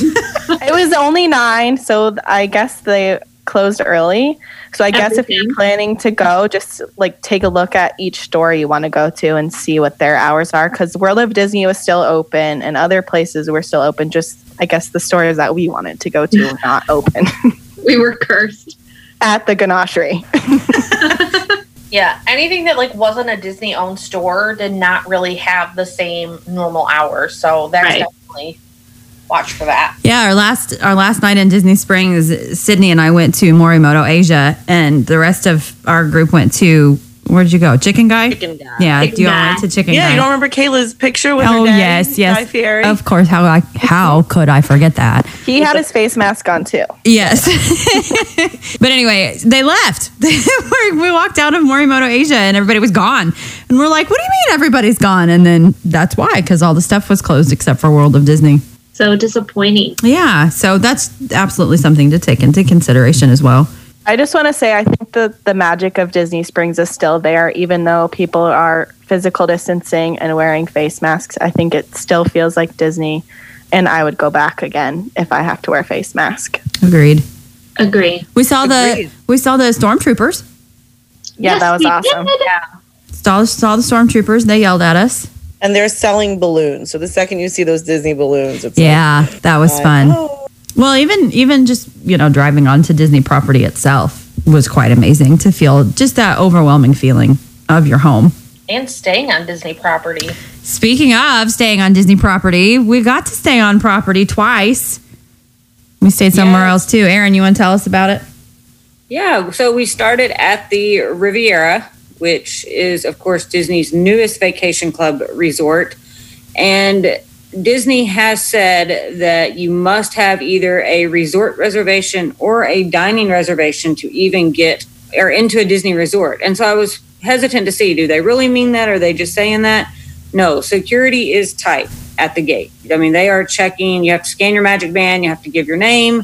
[SPEAKER 3] It was only nine. So th- I guess they closed early. So I guess if you're
[SPEAKER 4] Everything.
[SPEAKER 3] planning to go, just like take a look at each store you want to go to and see what their hours are. Because World of Disney was still open and other places were still open. Just I guess the stores that we wanted to go to were not open
[SPEAKER 4] We were cursed.
[SPEAKER 3] at the ganachery.
[SPEAKER 6] Yeah, anything that like wasn't a Disney owned store did not really have the same normal hours. So that's
[SPEAKER 4] Right.
[SPEAKER 6] definitely watch for that.
[SPEAKER 5] Yeah, our last our last night in Disney Springs, Sydney and I went to Morimoto Asia, and the rest of our group went to where did you go? Chicken Guy.
[SPEAKER 2] Chicken guy.
[SPEAKER 5] Yeah,
[SPEAKER 4] Chicken
[SPEAKER 5] do you all
[SPEAKER 4] Guy.
[SPEAKER 5] went to Chicken
[SPEAKER 2] Yeah,
[SPEAKER 5] Guy?
[SPEAKER 2] you don't remember Kayla's picture with
[SPEAKER 5] oh
[SPEAKER 2] her dad?
[SPEAKER 5] yes, yes.
[SPEAKER 2] Guy Fieri?
[SPEAKER 5] Of course. How I, how could I forget that?
[SPEAKER 3] He had his face mask on too.
[SPEAKER 5] Yes. but anyway, they left. We- we walked out of Morimoto Asia and everybody was gone. And we're like, what do you mean everybody's gone? And then that's why, because all the stuff was closed except for World of Disney.
[SPEAKER 4] So disappointing.
[SPEAKER 5] Yeah. So that's absolutely something to take into consideration as well.
[SPEAKER 3] I just want to say I think that the magic of Disney Springs is still there, even though people are physical distancing and wearing face masks. I think it still feels like Disney, and I would go back again if I have to wear a face mask.
[SPEAKER 5] Agreed.
[SPEAKER 4] Agree.
[SPEAKER 5] We saw the we saw the stormtroopers.
[SPEAKER 3] Yeah, that was
[SPEAKER 4] we
[SPEAKER 3] awesome.
[SPEAKER 4] did.
[SPEAKER 5] Saw, saw the stormtroopers. They yelled at us.
[SPEAKER 8] And they're selling balloons. So the second you see those Disney balloons, it's
[SPEAKER 5] Yeah, that was
[SPEAKER 8] like,
[SPEAKER 5] fun.
[SPEAKER 8] oh.
[SPEAKER 5] Well, even even just you know driving onto Disney property itself was quite amazing to feel just that overwhelming feeling of your home.
[SPEAKER 6] And staying on Disney property.
[SPEAKER 5] Speaking of staying on Disney property, we got to stay on property twice. We stayed somewhere else too. Aaron, you want to tell us about it?
[SPEAKER 7] Yeah, so we started at the Riviera, which is, of course, Disney's newest vacation club resort. And Disney has said that you must have either a resort reservation or a dining reservation to even get or into a Disney resort. And so I was hesitant to see do they really mean that? Are they just saying that? No, security is tight at the gate. I mean, they are checking, you have to scan your magic band, you have to give your name.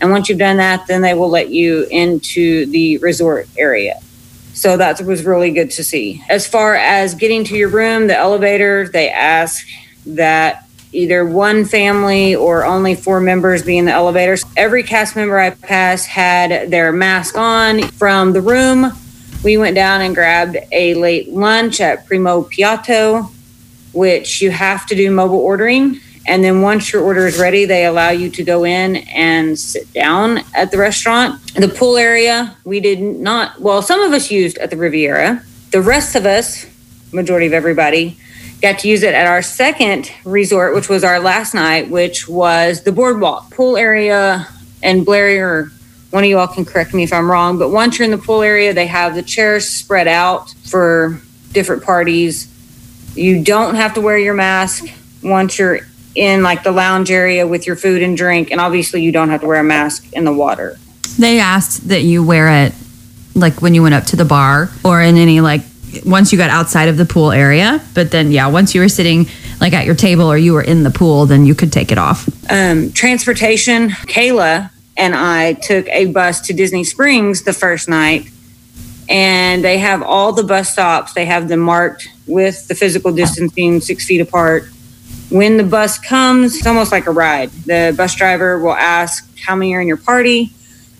[SPEAKER 7] And once you've done that, then they will let you into the resort area. So that was really good to see. As far as getting to your room, the elevator, they ask that either one family or only four members be in the elevator. Every cast member I passed had their mask on from the room. We went down and grabbed a late lunch at Primo Piatto, which you have to do mobile ordering. And then once your order is ready, they allow you to go in and sit down at the restaurant. The pool area, we did not, well, some of us used at the Riviera. The rest of us, majority of everybody, got to use it at our second resort, which was our last night, which was the boardwalk pool area. And Blair, or one of you all can correct me if I'm wrong, but once you're in the pool area, they have the chairs spread out for different parties. You don't have to wear your mask once you're in like the lounge area with your food and drink and obviously you don't have to wear a mask in the water
[SPEAKER 5] They asked that you wear it like when you went up to the bar or in any like once you got outside of the pool area. But then yeah, once you were sitting like at your table or you were in the pool, then you could take it off.
[SPEAKER 7] um, transportation kayla and i took a bus to disney springs the first night and they have all the bus stops they have them marked with the physical distancing six feet apart when the bus comes it's almost like a ride the bus driver will ask how many are in your party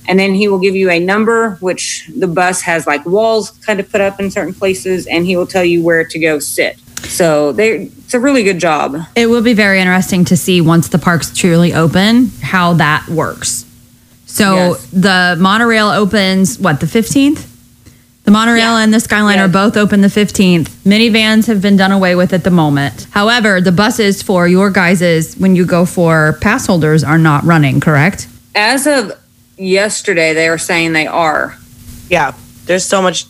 [SPEAKER 7] and then he will give you a number which the bus has like walls kind of put up in certain places and he will tell you where to go sit so they it's a really good job
[SPEAKER 5] It will be very interesting to see once the parks truly open how that works. So
[SPEAKER 7] Yes.
[SPEAKER 5] the monorail opens what the 15th? The monorail and the Skyline are both open the 15th. Minivans have been done away with at the moment. However, the buses for your guys's when you go for pass holders are not running, correct?
[SPEAKER 7] As of yesterday, they were saying they are.
[SPEAKER 8] Yeah. There's so much.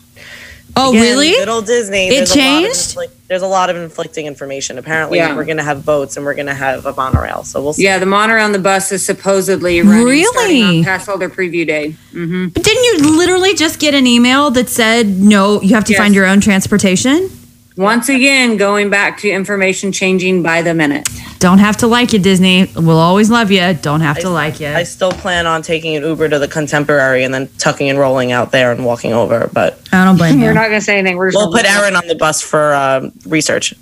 [SPEAKER 5] Oh,
[SPEAKER 8] Again,
[SPEAKER 5] really?
[SPEAKER 8] Little Disney.
[SPEAKER 5] It
[SPEAKER 8] there's a lot of
[SPEAKER 5] changed?
[SPEAKER 8] inflict- there's a lot of conflicting information. Apparently,
[SPEAKER 7] Yeah.
[SPEAKER 8] we're going to have boats and we're going to have a monorail. So we'll see.
[SPEAKER 7] Yeah, the monitor on the bus is supposedly running starting
[SPEAKER 5] Really?
[SPEAKER 7] on pass holder preview day.
[SPEAKER 5] But didn't you literally just get an email that said no, you have to
[SPEAKER 7] Yes.
[SPEAKER 5] find your own transportation?
[SPEAKER 7] Once again, going back to information changing by the minute.
[SPEAKER 5] Don't have to like you, Disney. We'll always love you. Don't have to like you.
[SPEAKER 8] I still plan on taking an Uber to the Contemporary and then tucking and rolling out there and walking over. But
[SPEAKER 5] I don't blame you.
[SPEAKER 7] We're not going to say anything. We're just
[SPEAKER 8] we'll
[SPEAKER 7] gonna
[SPEAKER 8] put Aaron on the bus for um, research.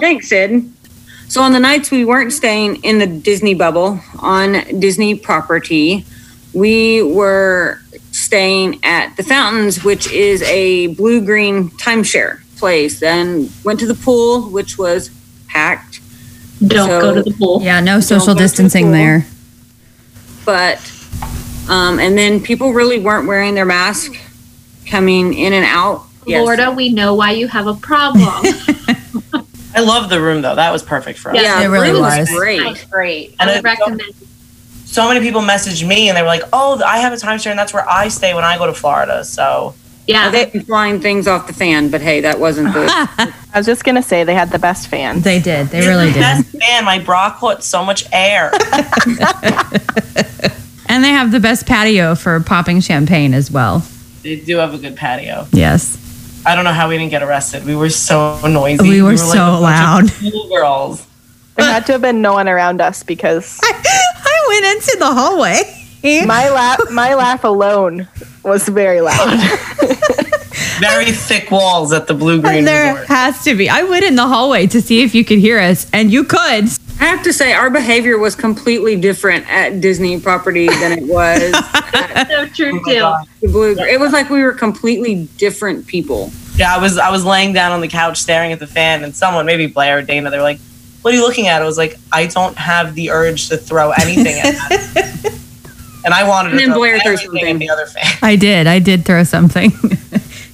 [SPEAKER 7] Thanks, Sid. So on the nights we weren't staying in the Disney bubble on Disney property, we were staying at the Fountains, which is a blue green timeshare place. Then went to the pool, which was packed,
[SPEAKER 4] Don't
[SPEAKER 7] So-
[SPEAKER 4] go to the pool.
[SPEAKER 5] Yeah, no social
[SPEAKER 7] go to the
[SPEAKER 5] distancing
[SPEAKER 7] pool.
[SPEAKER 5] there.
[SPEAKER 7] but um, and then people really weren't wearing their mask coming in and out. Yes.
[SPEAKER 5] oh,
[SPEAKER 4] Florida, we know why you have a problem.
[SPEAKER 2] I love the room though. That was perfect for us.
[SPEAKER 7] Yeah,
[SPEAKER 5] It really
[SPEAKER 7] room
[SPEAKER 5] was.
[SPEAKER 7] great.
[SPEAKER 9] That's great.
[SPEAKER 2] And
[SPEAKER 4] I
[SPEAKER 2] I-
[SPEAKER 4] would recommend
[SPEAKER 2] So many people messaged me and they were like, "Oh, I have a timeshare and that's where I stay when I go to Florida." So
[SPEAKER 4] Yeah,
[SPEAKER 7] They've been flying things off the fan, but hey, that wasn't the
[SPEAKER 3] I was just gonna say they had the best fan.
[SPEAKER 5] They did. They really did.
[SPEAKER 2] Yes, man, my bra caught so much air.
[SPEAKER 5] And they have the best patio for popping champagne as well.
[SPEAKER 2] they do have a good patio.
[SPEAKER 5] Yes.
[SPEAKER 2] I don't know how we didn't get arrested. We were so noisy.
[SPEAKER 5] We were
[SPEAKER 2] like,
[SPEAKER 5] so
[SPEAKER 2] a bunch
[SPEAKER 5] loud.
[SPEAKER 2] of Cool girls.
[SPEAKER 3] There had to have been no one around us because
[SPEAKER 5] I went into the hallway.
[SPEAKER 3] my laugh, my laugh alone was very loud.
[SPEAKER 2] Very thick walls at the Blue Green
[SPEAKER 5] And there
[SPEAKER 2] Resort.
[SPEAKER 5] has to be. I went in the hallway to see if you could hear us, and you could.
[SPEAKER 7] I have to say, our behavior was completely different at Disney property than it was
[SPEAKER 4] that's so true
[SPEAKER 2] my
[SPEAKER 4] too.
[SPEAKER 2] God.
[SPEAKER 7] the Blue. It was like we were completely different people.
[SPEAKER 2] Yeah, I was I was laying down on the couch staring at the fan, and someone, maybe Blair or Dana, they were like, "What are you looking at?" I was like, "I don't have the urge to throw anything at." that." and I wanted
[SPEAKER 7] And
[SPEAKER 2] to
[SPEAKER 7] then
[SPEAKER 2] throw
[SPEAKER 7] Blair threw
[SPEAKER 2] everything at
[SPEAKER 7] something.
[SPEAKER 2] the other fan.
[SPEAKER 5] I did. I did throw something.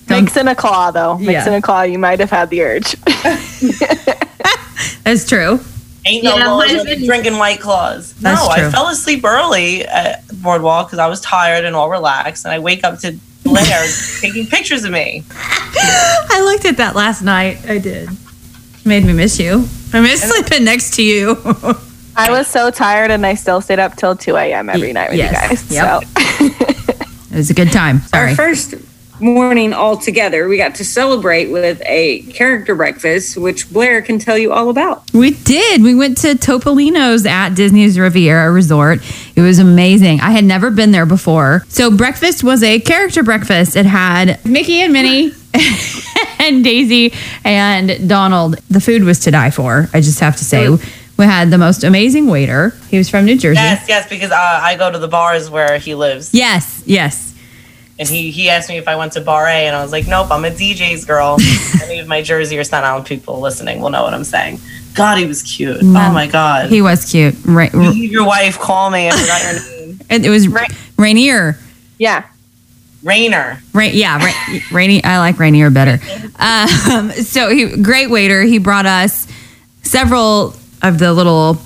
[SPEAKER 3] Mix in a claw though. Mix
[SPEAKER 5] Yeah.
[SPEAKER 3] in a claw, you might have had the urge.
[SPEAKER 5] That's true.
[SPEAKER 2] Ain't no
[SPEAKER 4] Yeah,
[SPEAKER 2] laws when
[SPEAKER 4] mine
[SPEAKER 2] you're
[SPEAKER 4] didn't-
[SPEAKER 2] drinking White Claws.
[SPEAKER 5] That's
[SPEAKER 2] no,
[SPEAKER 5] true.
[SPEAKER 2] I fell asleep early at Boardwalk because I was tired and all relaxed, and I wake up to Blair taking pictures of me.
[SPEAKER 5] I looked at that last night. I did. Made me miss you. I miss sleeping next to you.
[SPEAKER 3] I was so tired and I still stayed up till 2 a.m. every
[SPEAKER 5] Y-
[SPEAKER 3] night with
[SPEAKER 5] yes.
[SPEAKER 3] you guys.
[SPEAKER 5] Yep.
[SPEAKER 3] So
[SPEAKER 5] It was a good time. Sorry.
[SPEAKER 7] Our first morning all together, we got to celebrate with a character breakfast, which Blair can tell you all about.
[SPEAKER 5] We did. We went to Topolino's at Disney's Riviera Resort. It was amazing. I had never been there before. So breakfast was a character breakfast. It had Mickey and Minnie and Daisy and Donald. The food was to die for. I just have to say, we had the most amazing waiter. He was from New Jersey.
[SPEAKER 2] Yes, yes, because uh, I go to the bars where he lives,
[SPEAKER 5] Yes. Yes.
[SPEAKER 2] and he he asked me if I went to Bar A, and I was like, nope, I'm a DJ's girl. Any of my Jersey or Staten Island people listening will know what I'm saying. God, he was cute. Oh my God.
[SPEAKER 5] He was cute. Ra-
[SPEAKER 2] Leave your wife. Call me. I forgot your name.
[SPEAKER 5] and it was Rainier.
[SPEAKER 3] yeah.
[SPEAKER 2] Rainer.
[SPEAKER 5] Rain, yeah, Ra- Rainy. I like Rainier better. Um, so he great waiter. He brought us several of the little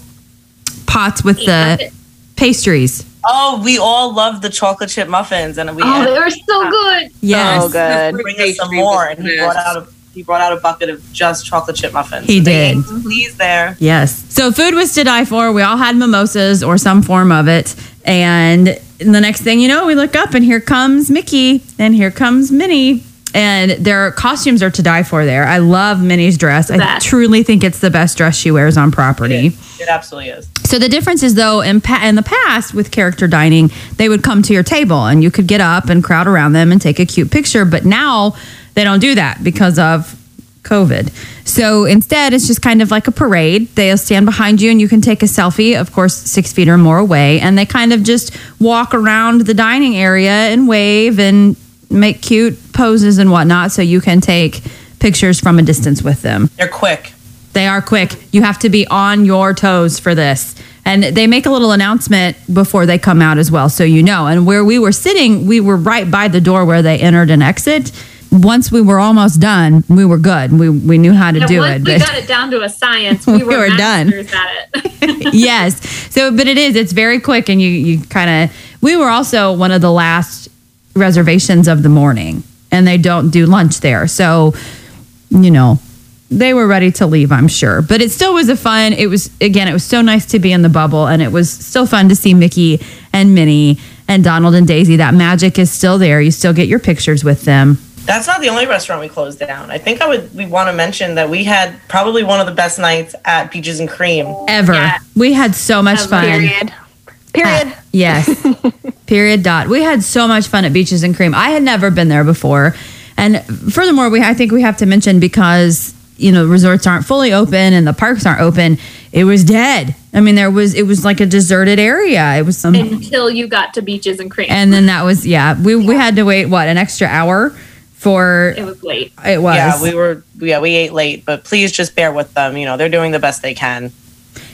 [SPEAKER 5] pots with the pastries.
[SPEAKER 2] Oh, we all love the chocolate chip muffins, and we
[SPEAKER 4] Oh, they were so good.
[SPEAKER 5] Yes,
[SPEAKER 3] So Oh, good.
[SPEAKER 2] bring us some more. And he brought out a he brought out a bucket of just chocolate chip muffins.
[SPEAKER 5] He
[SPEAKER 2] They
[SPEAKER 5] did.
[SPEAKER 2] ain't Please, there.
[SPEAKER 5] yes. So food was to die for. We all had mimosas or some form of it, and the next thing you know, we look up and here comes Mickey and here comes Minnie. And their costumes are to die for there. I love Minnie's dress. I
[SPEAKER 4] best.
[SPEAKER 5] truly think it's the best dress she wears on property.
[SPEAKER 2] It absolutely is.
[SPEAKER 5] So the difference is though in, pa- in the past with character dining, they would come to your table and you could get up and crowd around them and take a cute picture, but now they don't do that because of COVID. So instead, it's just kind of like a parade. They'll stand behind you and you can take a selfie, of course, six feet or more away. And they kind of just walk around the dining area and wave and make cute poses and whatnot. So you can take pictures from a distance with them.
[SPEAKER 2] They're quick.
[SPEAKER 5] They are quick. You have to be on your toes for this. And they make a little announcement before they come out as well, so you know. And where we were sitting, we were right by the door where they entered and exit. Once we were almost done, we were good. We, we knew how to
[SPEAKER 4] And
[SPEAKER 5] do
[SPEAKER 4] once
[SPEAKER 5] it.
[SPEAKER 4] we
[SPEAKER 5] but-
[SPEAKER 4] got it down to a science, we,
[SPEAKER 5] We
[SPEAKER 4] were,
[SPEAKER 5] were done.
[SPEAKER 4] masters at it.
[SPEAKER 5] yes. So, but it is. It's very quick, and you you kind of. We were also one of the last reservations of the morning, and they don't do lunch there. So, you know, they were ready to leave. I'm sure, but it still was a fun. It was again. It was so nice to be in the bubble, and it was still fun to see Mickey and Minnie and Donald and Daisy. That magic is still there. You still get your pictures with them.
[SPEAKER 2] That's not the only restaurant we closed down. I think I would we want to mention that we had probably one of the best nights at Peaches and Cream.
[SPEAKER 5] Ever.
[SPEAKER 4] Yeah.
[SPEAKER 5] We had so much
[SPEAKER 4] Of
[SPEAKER 5] fun.
[SPEAKER 3] Period. Period.
[SPEAKER 5] Yes. Period. Dot. We had so much fun at Beaches and Cream. I had never been there before, and furthermore, we I think we have to mention because you know resorts aren't fully open and the parks aren't open. It was dead. I mean, there was it was like a deserted area. It was some, and,
[SPEAKER 4] until you got to beaches and cream.
[SPEAKER 5] then that was yeah. We we had to wait what an extra hour for
[SPEAKER 4] it was late.
[SPEAKER 5] it was
[SPEAKER 8] Yeah, we were yeah, we ate late, but please just bear with them. You know, they're doing the best they can.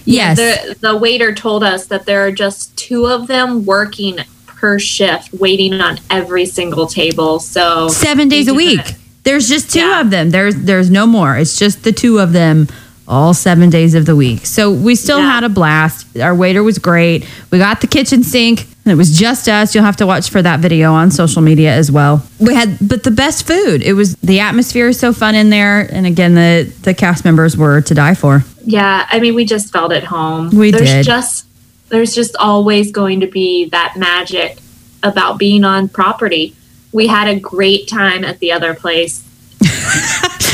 [SPEAKER 5] yes
[SPEAKER 4] The the waiter told us that there are just two of them working per shift, waiting on every single table. So
[SPEAKER 5] seven days a
[SPEAKER 4] you
[SPEAKER 5] week.
[SPEAKER 4] did it.
[SPEAKER 5] There's just two
[SPEAKER 4] Yeah.
[SPEAKER 5] of them. There's there's no more. It's just the two of them all seven days of the week. So we still
[SPEAKER 4] Yeah.
[SPEAKER 5] had a blast. Our waiter was great. We got the kitchen sink. And it was just us. You'll have to watch for that video on social media as well. We had but the best food. It was the atmosphere is so fun in there. And again the the cast members were to die for.
[SPEAKER 4] Yeah, I mean, we just felt at home.
[SPEAKER 5] We
[SPEAKER 4] there's
[SPEAKER 5] did.
[SPEAKER 4] Just there's just always going to be that magic about being on property. We had a great time at the other place.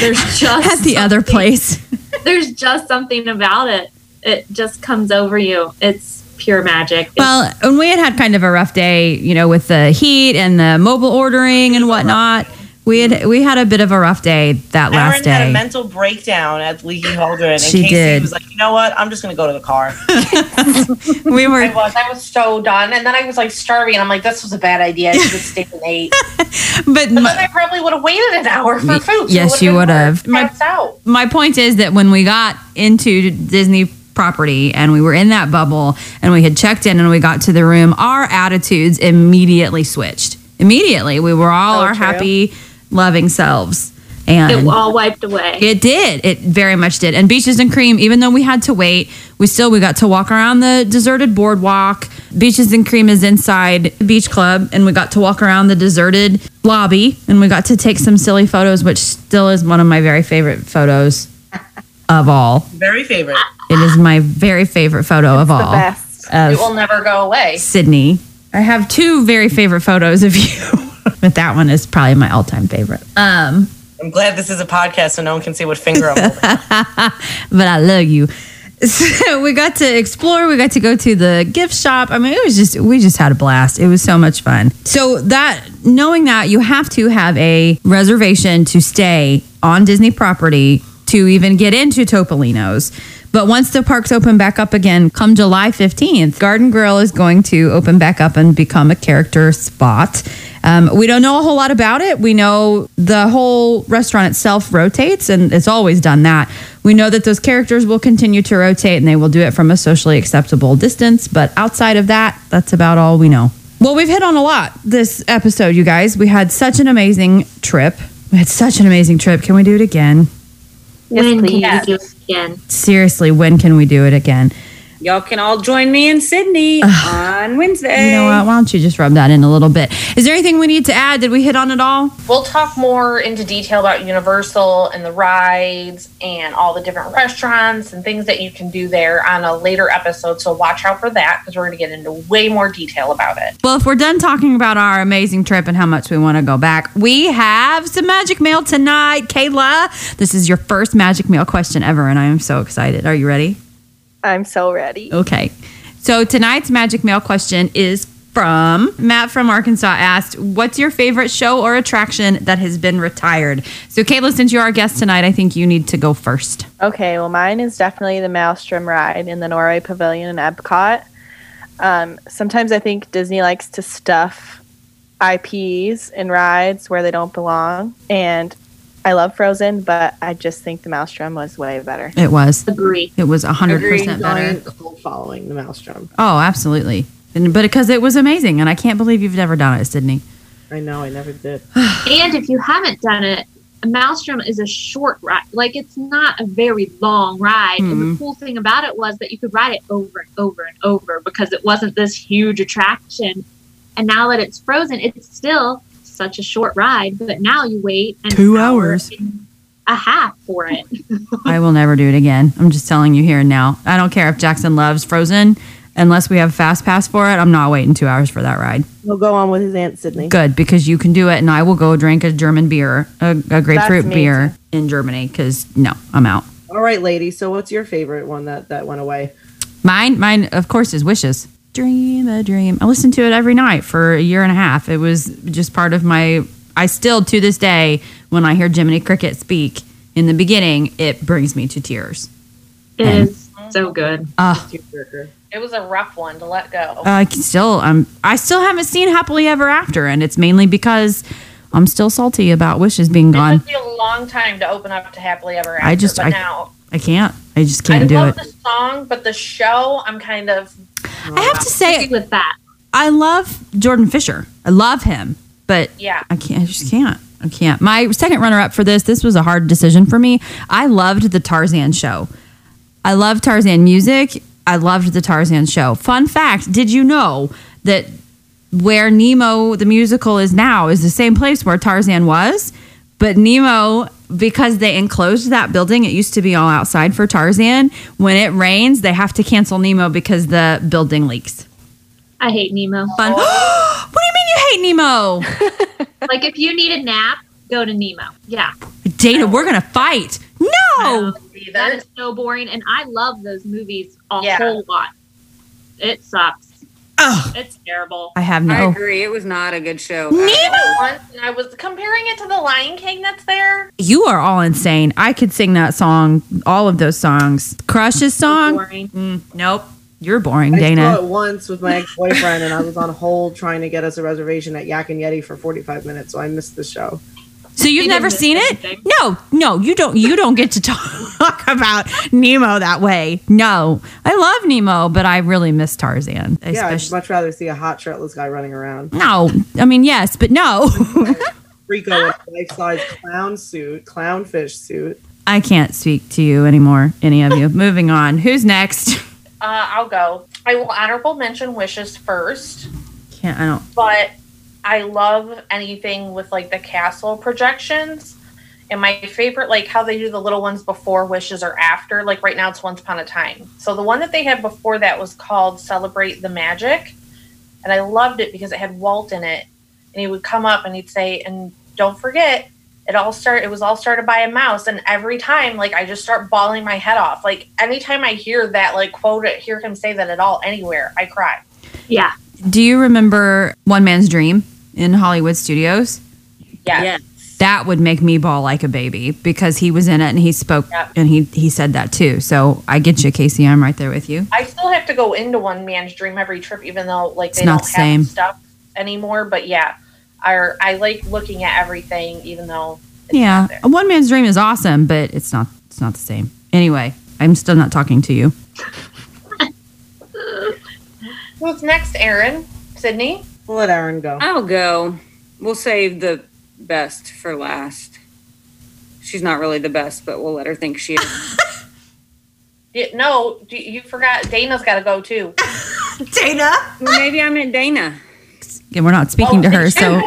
[SPEAKER 4] there's just
[SPEAKER 5] At the other
[SPEAKER 4] something-
[SPEAKER 5] place.
[SPEAKER 4] There's just something about it. It just comes over you. It's pure magic. It's-
[SPEAKER 5] Well, and we had had kind of a rough day, you know, with the heat and the mobile ordering and whatnot. We had we had a bit of a rough day that last
[SPEAKER 8] Aaron had a
[SPEAKER 5] day.
[SPEAKER 8] mental breakdown at Leaky Holder, and
[SPEAKER 5] She
[SPEAKER 8] Casey
[SPEAKER 5] did.
[SPEAKER 8] was like, "You know what? I'm just going to go to the car."
[SPEAKER 5] We
[SPEAKER 6] I
[SPEAKER 5] were
[SPEAKER 6] was. I was so done. And then I was like starving. I'm like, this was a bad idea. I should have stayed and ate.
[SPEAKER 5] but
[SPEAKER 6] But then
[SPEAKER 5] my,
[SPEAKER 6] I probably would have waited an hour for
[SPEAKER 5] Y-
[SPEAKER 6] food.
[SPEAKER 5] yes, you would have. My-
[SPEAKER 6] My- out.
[SPEAKER 5] my point is that when we got into Disney property and we were in that bubble and we had checked in and we got to the room, our attitudes immediately switched. Immediately, we were all
[SPEAKER 3] So
[SPEAKER 5] our
[SPEAKER 3] true.
[SPEAKER 5] happy, loving selves. And
[SPEAKER 4] it all wiped away.
[SPEAKER 5] It did. It very much did. And Beaches and Cream, even though we had to wait, we still we got to walk around the deserted boardwalk. Beaches and Cream is inside the beach club, and we got to walk around the deserted lobby, and we got to take some silly photos, which still is one of my very favorite photos of all.
[SPEAKER 8] Very favorite.
[SPEAKER 5] It is my very favorite photo of
[SPEAKER 3] The
[SPEAKER 5] all.
[SPEAKER 3] best.
[SPEAKER 5] of-
[SPEAKER 6] It will never go away.
[SPEAKER 5] Sydney. I have two very favorite photos of you, but that one is probably my all-time favorite. Um,
[SPEAKER 8] I'm glad this is a podcast, so no one can see what finger I'm holding.
[SPEAKER 5] but I love you. So we got to explore. We got to go to the gift shop. I mean, it was just we just had a blast. It was so much fun. So that knowing that you have to have a reservation to stay on Disney property to even get into Topolino's. But once the parks open back up again, come July fifteenth, Garden Grill is going to open back up and become a character spot. Um, we don't know a whole lot about it. We know the whole restaurant itself rotates, and it's always done that. We know that those characters will continue to rotate, and they will do it from a socially acceptable distance. But outside of that, that's about all we know. Well, we've hit on a lot this episode, you guys. We had such an amazing trip. We had such an amazing trip. Can we do it again?
[SPEAKER 3] Yes,
[SPEAKER 4] when
[SPEAKER 3] please.
[SPEAKER 4] can you do it again?
[SPEAKER 5] Seriously, when can we do it again?
[SPEAKER 7] Y'all can all join me in Sydney on Wednesday.
[SPEAKER 5] You know what? Why don't you just rub that in a little bit? Is there anything we need to add? Did we hit on it all?
[SPEAKER 6] We'll talk more into detail about Universal and the rides and all the different restaurants and things that you can do there on a later episode. So watch out for that because we're going to get into way more detail about it.
[SPEAKER 5] Well, if we're done talking about our amazing trip and how much we want to go back, we have some magic mail tonight. Kayla, this is your first magic mail question ever, and I am so excited. Are you ready?
[SPEAKER 3] I'm so ready.
[SPEAKER 5] Okay. So tonight's magic mail question is from Matt from Arkansas asked, What's your favorite show or attraction that has been retired? So, Kayla, since you're our guest tonight, I think you need to go first.
[SPEAKER 3] Okay, well, mine is definitely the Maelstrom ride in the Norway Pavilion in Epcot. Um, sometimes I think Disney likes to stuff IPs in rides where they don't belong. And I love Frozen, but I just think the Maelstrom was way better.
[SPEAKER 5] It was.
[SPEAKER 4] Agree.
[SPEAKER 5] It was 100% better.
[SPEAKER 10] Going cold following the maelstrom.
[SPEAKER 5] Oh, absolutely. And, but because it was amazing, and I can't believe you've never done it, Sydney.
[SPEAKER 10] I know, I never did.
[SPEAKER 4] And if you haven't done it, a Maelstrom is a short ride. Like it's not a very long ride.
[SPEAKER 5] Mm-hmm.
[SPEAKER 4] And the cool thing about it was that you could ride it over and over and over because it wasn't this huge attraction. And now that it's frozen, it's still such a short ride. But now you wait an
[SPEAKER 5] Two
[SPEAKER 4] hour
[SPEAKER 5] hours.
[SPEAKER 4] and a half for it.
[SPEAKER 5] I will never do it again. I'm just telling you here and now. I don't care if Jackson loves Frozen. Unless we have Fast Pass for it, I'm not waiting two hours for that ride.
[SPEAKER 10] We'll go on with his aunt Sydney.
[SPEAKER 5] Good, because you can do it, and I will go drink a German beer, a, a grapefruit
[SPEAKER 3] me
[SPEAKER 5] beer in Germany, because no, I'm out.
[SPEAKER 10] All right, ladies. So, what's your favorite one that that went away?
[SPEAKER 5] Mine, mine, of course, is Wishes. Dream a dream. I listened to it every night for a year and a half. It was just part of my. I still, to this day, when I hear Jiminy Cricket speak in the beginning, it brings me to tears.
[SPEAKER 4] It is so good.
[SPEAKER 5] Uh,
[SPEAKER 10] Tearjerker.
[SPEAKER 6] It was a rough one to let go.
[SPEAKER 5] I can still um I still haven't seen Happily Ever After, and it's mainly because I'm still salty about Wishes being
[SPEAKER 6] it
[SPEAKER 5] gone.
[SPEAKER 6] took me a long time to open up to Happily Ever After.
[SPEAKER 5] I just-
[SPEAKER 6] but
[SPEAKER 5] I
[SPEAKER 6] now
[SPEAKER 5] I can't. I just
[SPEAKER 6] I
[SPEAKER 5] can't do
[SPEAKER 6] love
[SPEAKER 5] it.
[SPEAKER 6] the song, but the show I'm kind of
[SPEAKER 5] I have to say,
[SPEAKER 4] Stick with that.
[SPEAKER 5] I love Jordan Fisher. I love him, but
[SPEAKER 6] yeah.
[SPEAKER 5] I can't. I just can't. I can't. My second runner-up for this. This was a hard decision for me. I loved the Tarzan show. I love Tarzan music. I loved the Tarzan show. Fun fact: Did you know that where Nemo the musical is now is the same place where Tarzan was? But Nemo, because they enclosed that building, it used to be all outside for Tarzan. When it rains, they have to cancel Nemo because the building leaks.
[SPEAKER 4] I hate Nemo.
[SPEAKER 5] Fun. what do you mean you hate Nemo?
[SPEAKER 4] like if you need a nap, go to Nemo. Yeah.
[SPEAKER 5] Dana, we're gonna fight. No.
[SPEAKER 4] That
[SPEAKER 6] Either.
[SPEAKER 4] is so boring, and I love those movies a
[SPEAKER 6] Yeah.
[SPEAKER 4] whole lot. It sucks.
[SPEAKER 5] Ugh.
[SPEAKER 4] It's terrible.
[SPEAKER 5] I have
[SPEAKER 7] I Oh.
[SPEAKER 5] no.
[SPEAKER 7] agree. It was not a good show.
[SPEAKER 6] Once, and I was comparing it to the Lion King that's there.
[SPEAKER 5] You are all insane. I could sing that song, all of those songs. Crush's song.
[SPEAKER 4] Boring.
[SPEAKER 5] Mm, nope. You're boring,
[SPEAKER 10] I saw
[SPEAKER 5] Dana.
[SPEAKER 10] it once with my ex-boyfriend, and I was on hold trying to get us a reservation at Yak and Yeti for 45 minutes, so I missed the show.
[SPEAKER 5] So you've
[SPEAKER 4] He
[SPEAKER 5] never
[SPEAKER 4] didn't
[SPEAKER 5] seen
[SPEAKER 4] miss
[SPEAKER 5] it?
[SPEAKER 4] anything.
[SPEAKER 5] No, no, you don't. You don't get to talk about Nemo that way. No, I love Nemo, but I really miss Tarzan.
[SPEAKER 10] Yeah, I'd
[SPEAKER 5] Especially.
[SPEAKER 10] much rather see a hot shirtless guy running around.
[SPEAKER 5] No, I mean yes, but no.
[SPEAKER 10] Rico in a life-size clown suit, clownfish suit.
[SPEAKER 5] I can't speak to you anymore, any of you. Moving on. Who's next?
[SPEAKER 6] Uh, I'll go. I will honorable mention Wishes first,
[SPEAKER 5] Can't. I don't.
[SPEAKER 6] but I love anything with like the castle projections. And my favorite, like how they do the little ones before Wishes or after. Like right now, it's Once Upon a Time. So the one that they had before that was called Celebrate the Magic. And I loved it because it had Walt in it. And he would come up and he'd say, and don't forget, it all start. It was all started by a mouse, and every time, like I just start bawling my head off. Like anytime I hear that, like quote it, hear him say that at all anywhere, I cry.
[SPEAKER 4] Yeah.
[SPEAKER 5] Do you remember One Man's Dream in Hollywood Studios?
[SPEAKER 6] Yeah,
[SPEAKER 7] Yeah.
[SPEAKER 5] That would make me bawl like a baby because he was in it and he spoke
[SPEAKER 6] Yeah.
[SPEAKER 5] and he he said that too. So I get you, Casey. I'm right there with you.
[SPEAKER 6] I still have to go into one man's dream every trip, even though like they
[SPEAKER 5] It's not
[SPEAKER 6] don't
[SPEAKER 5] the same.
[SPEAKER 6] have stuff anymore. But yeah, I I like looking at everything, even though it's
[SPEAKER 5] yeah,
[SPEAKER 6] not there.
[SPEAKER 5] One Man's Dream is awesome, but it's not it's not the same. Anyway, I'm still not talking to you.
[SPEAKER 6] Who's next, Aaron? Sydney.
[SPEAKER 10] We'll let Aaron go.
[SPEAKER 7] I'll go. We'll save the best for last. She's not really the best, but we'll let her think she is.
[SPEAKER 6] Yeah, no, d- you forgot. Dana's got to go too.
[SPEAKER 5] Dana,
[SPEAKER 7] Well, Maybe I meant Dana.
[SPEAKER 5] and we're not speaking
[SPEAKER 6] Oh,
[SPEAKER 5] to her. So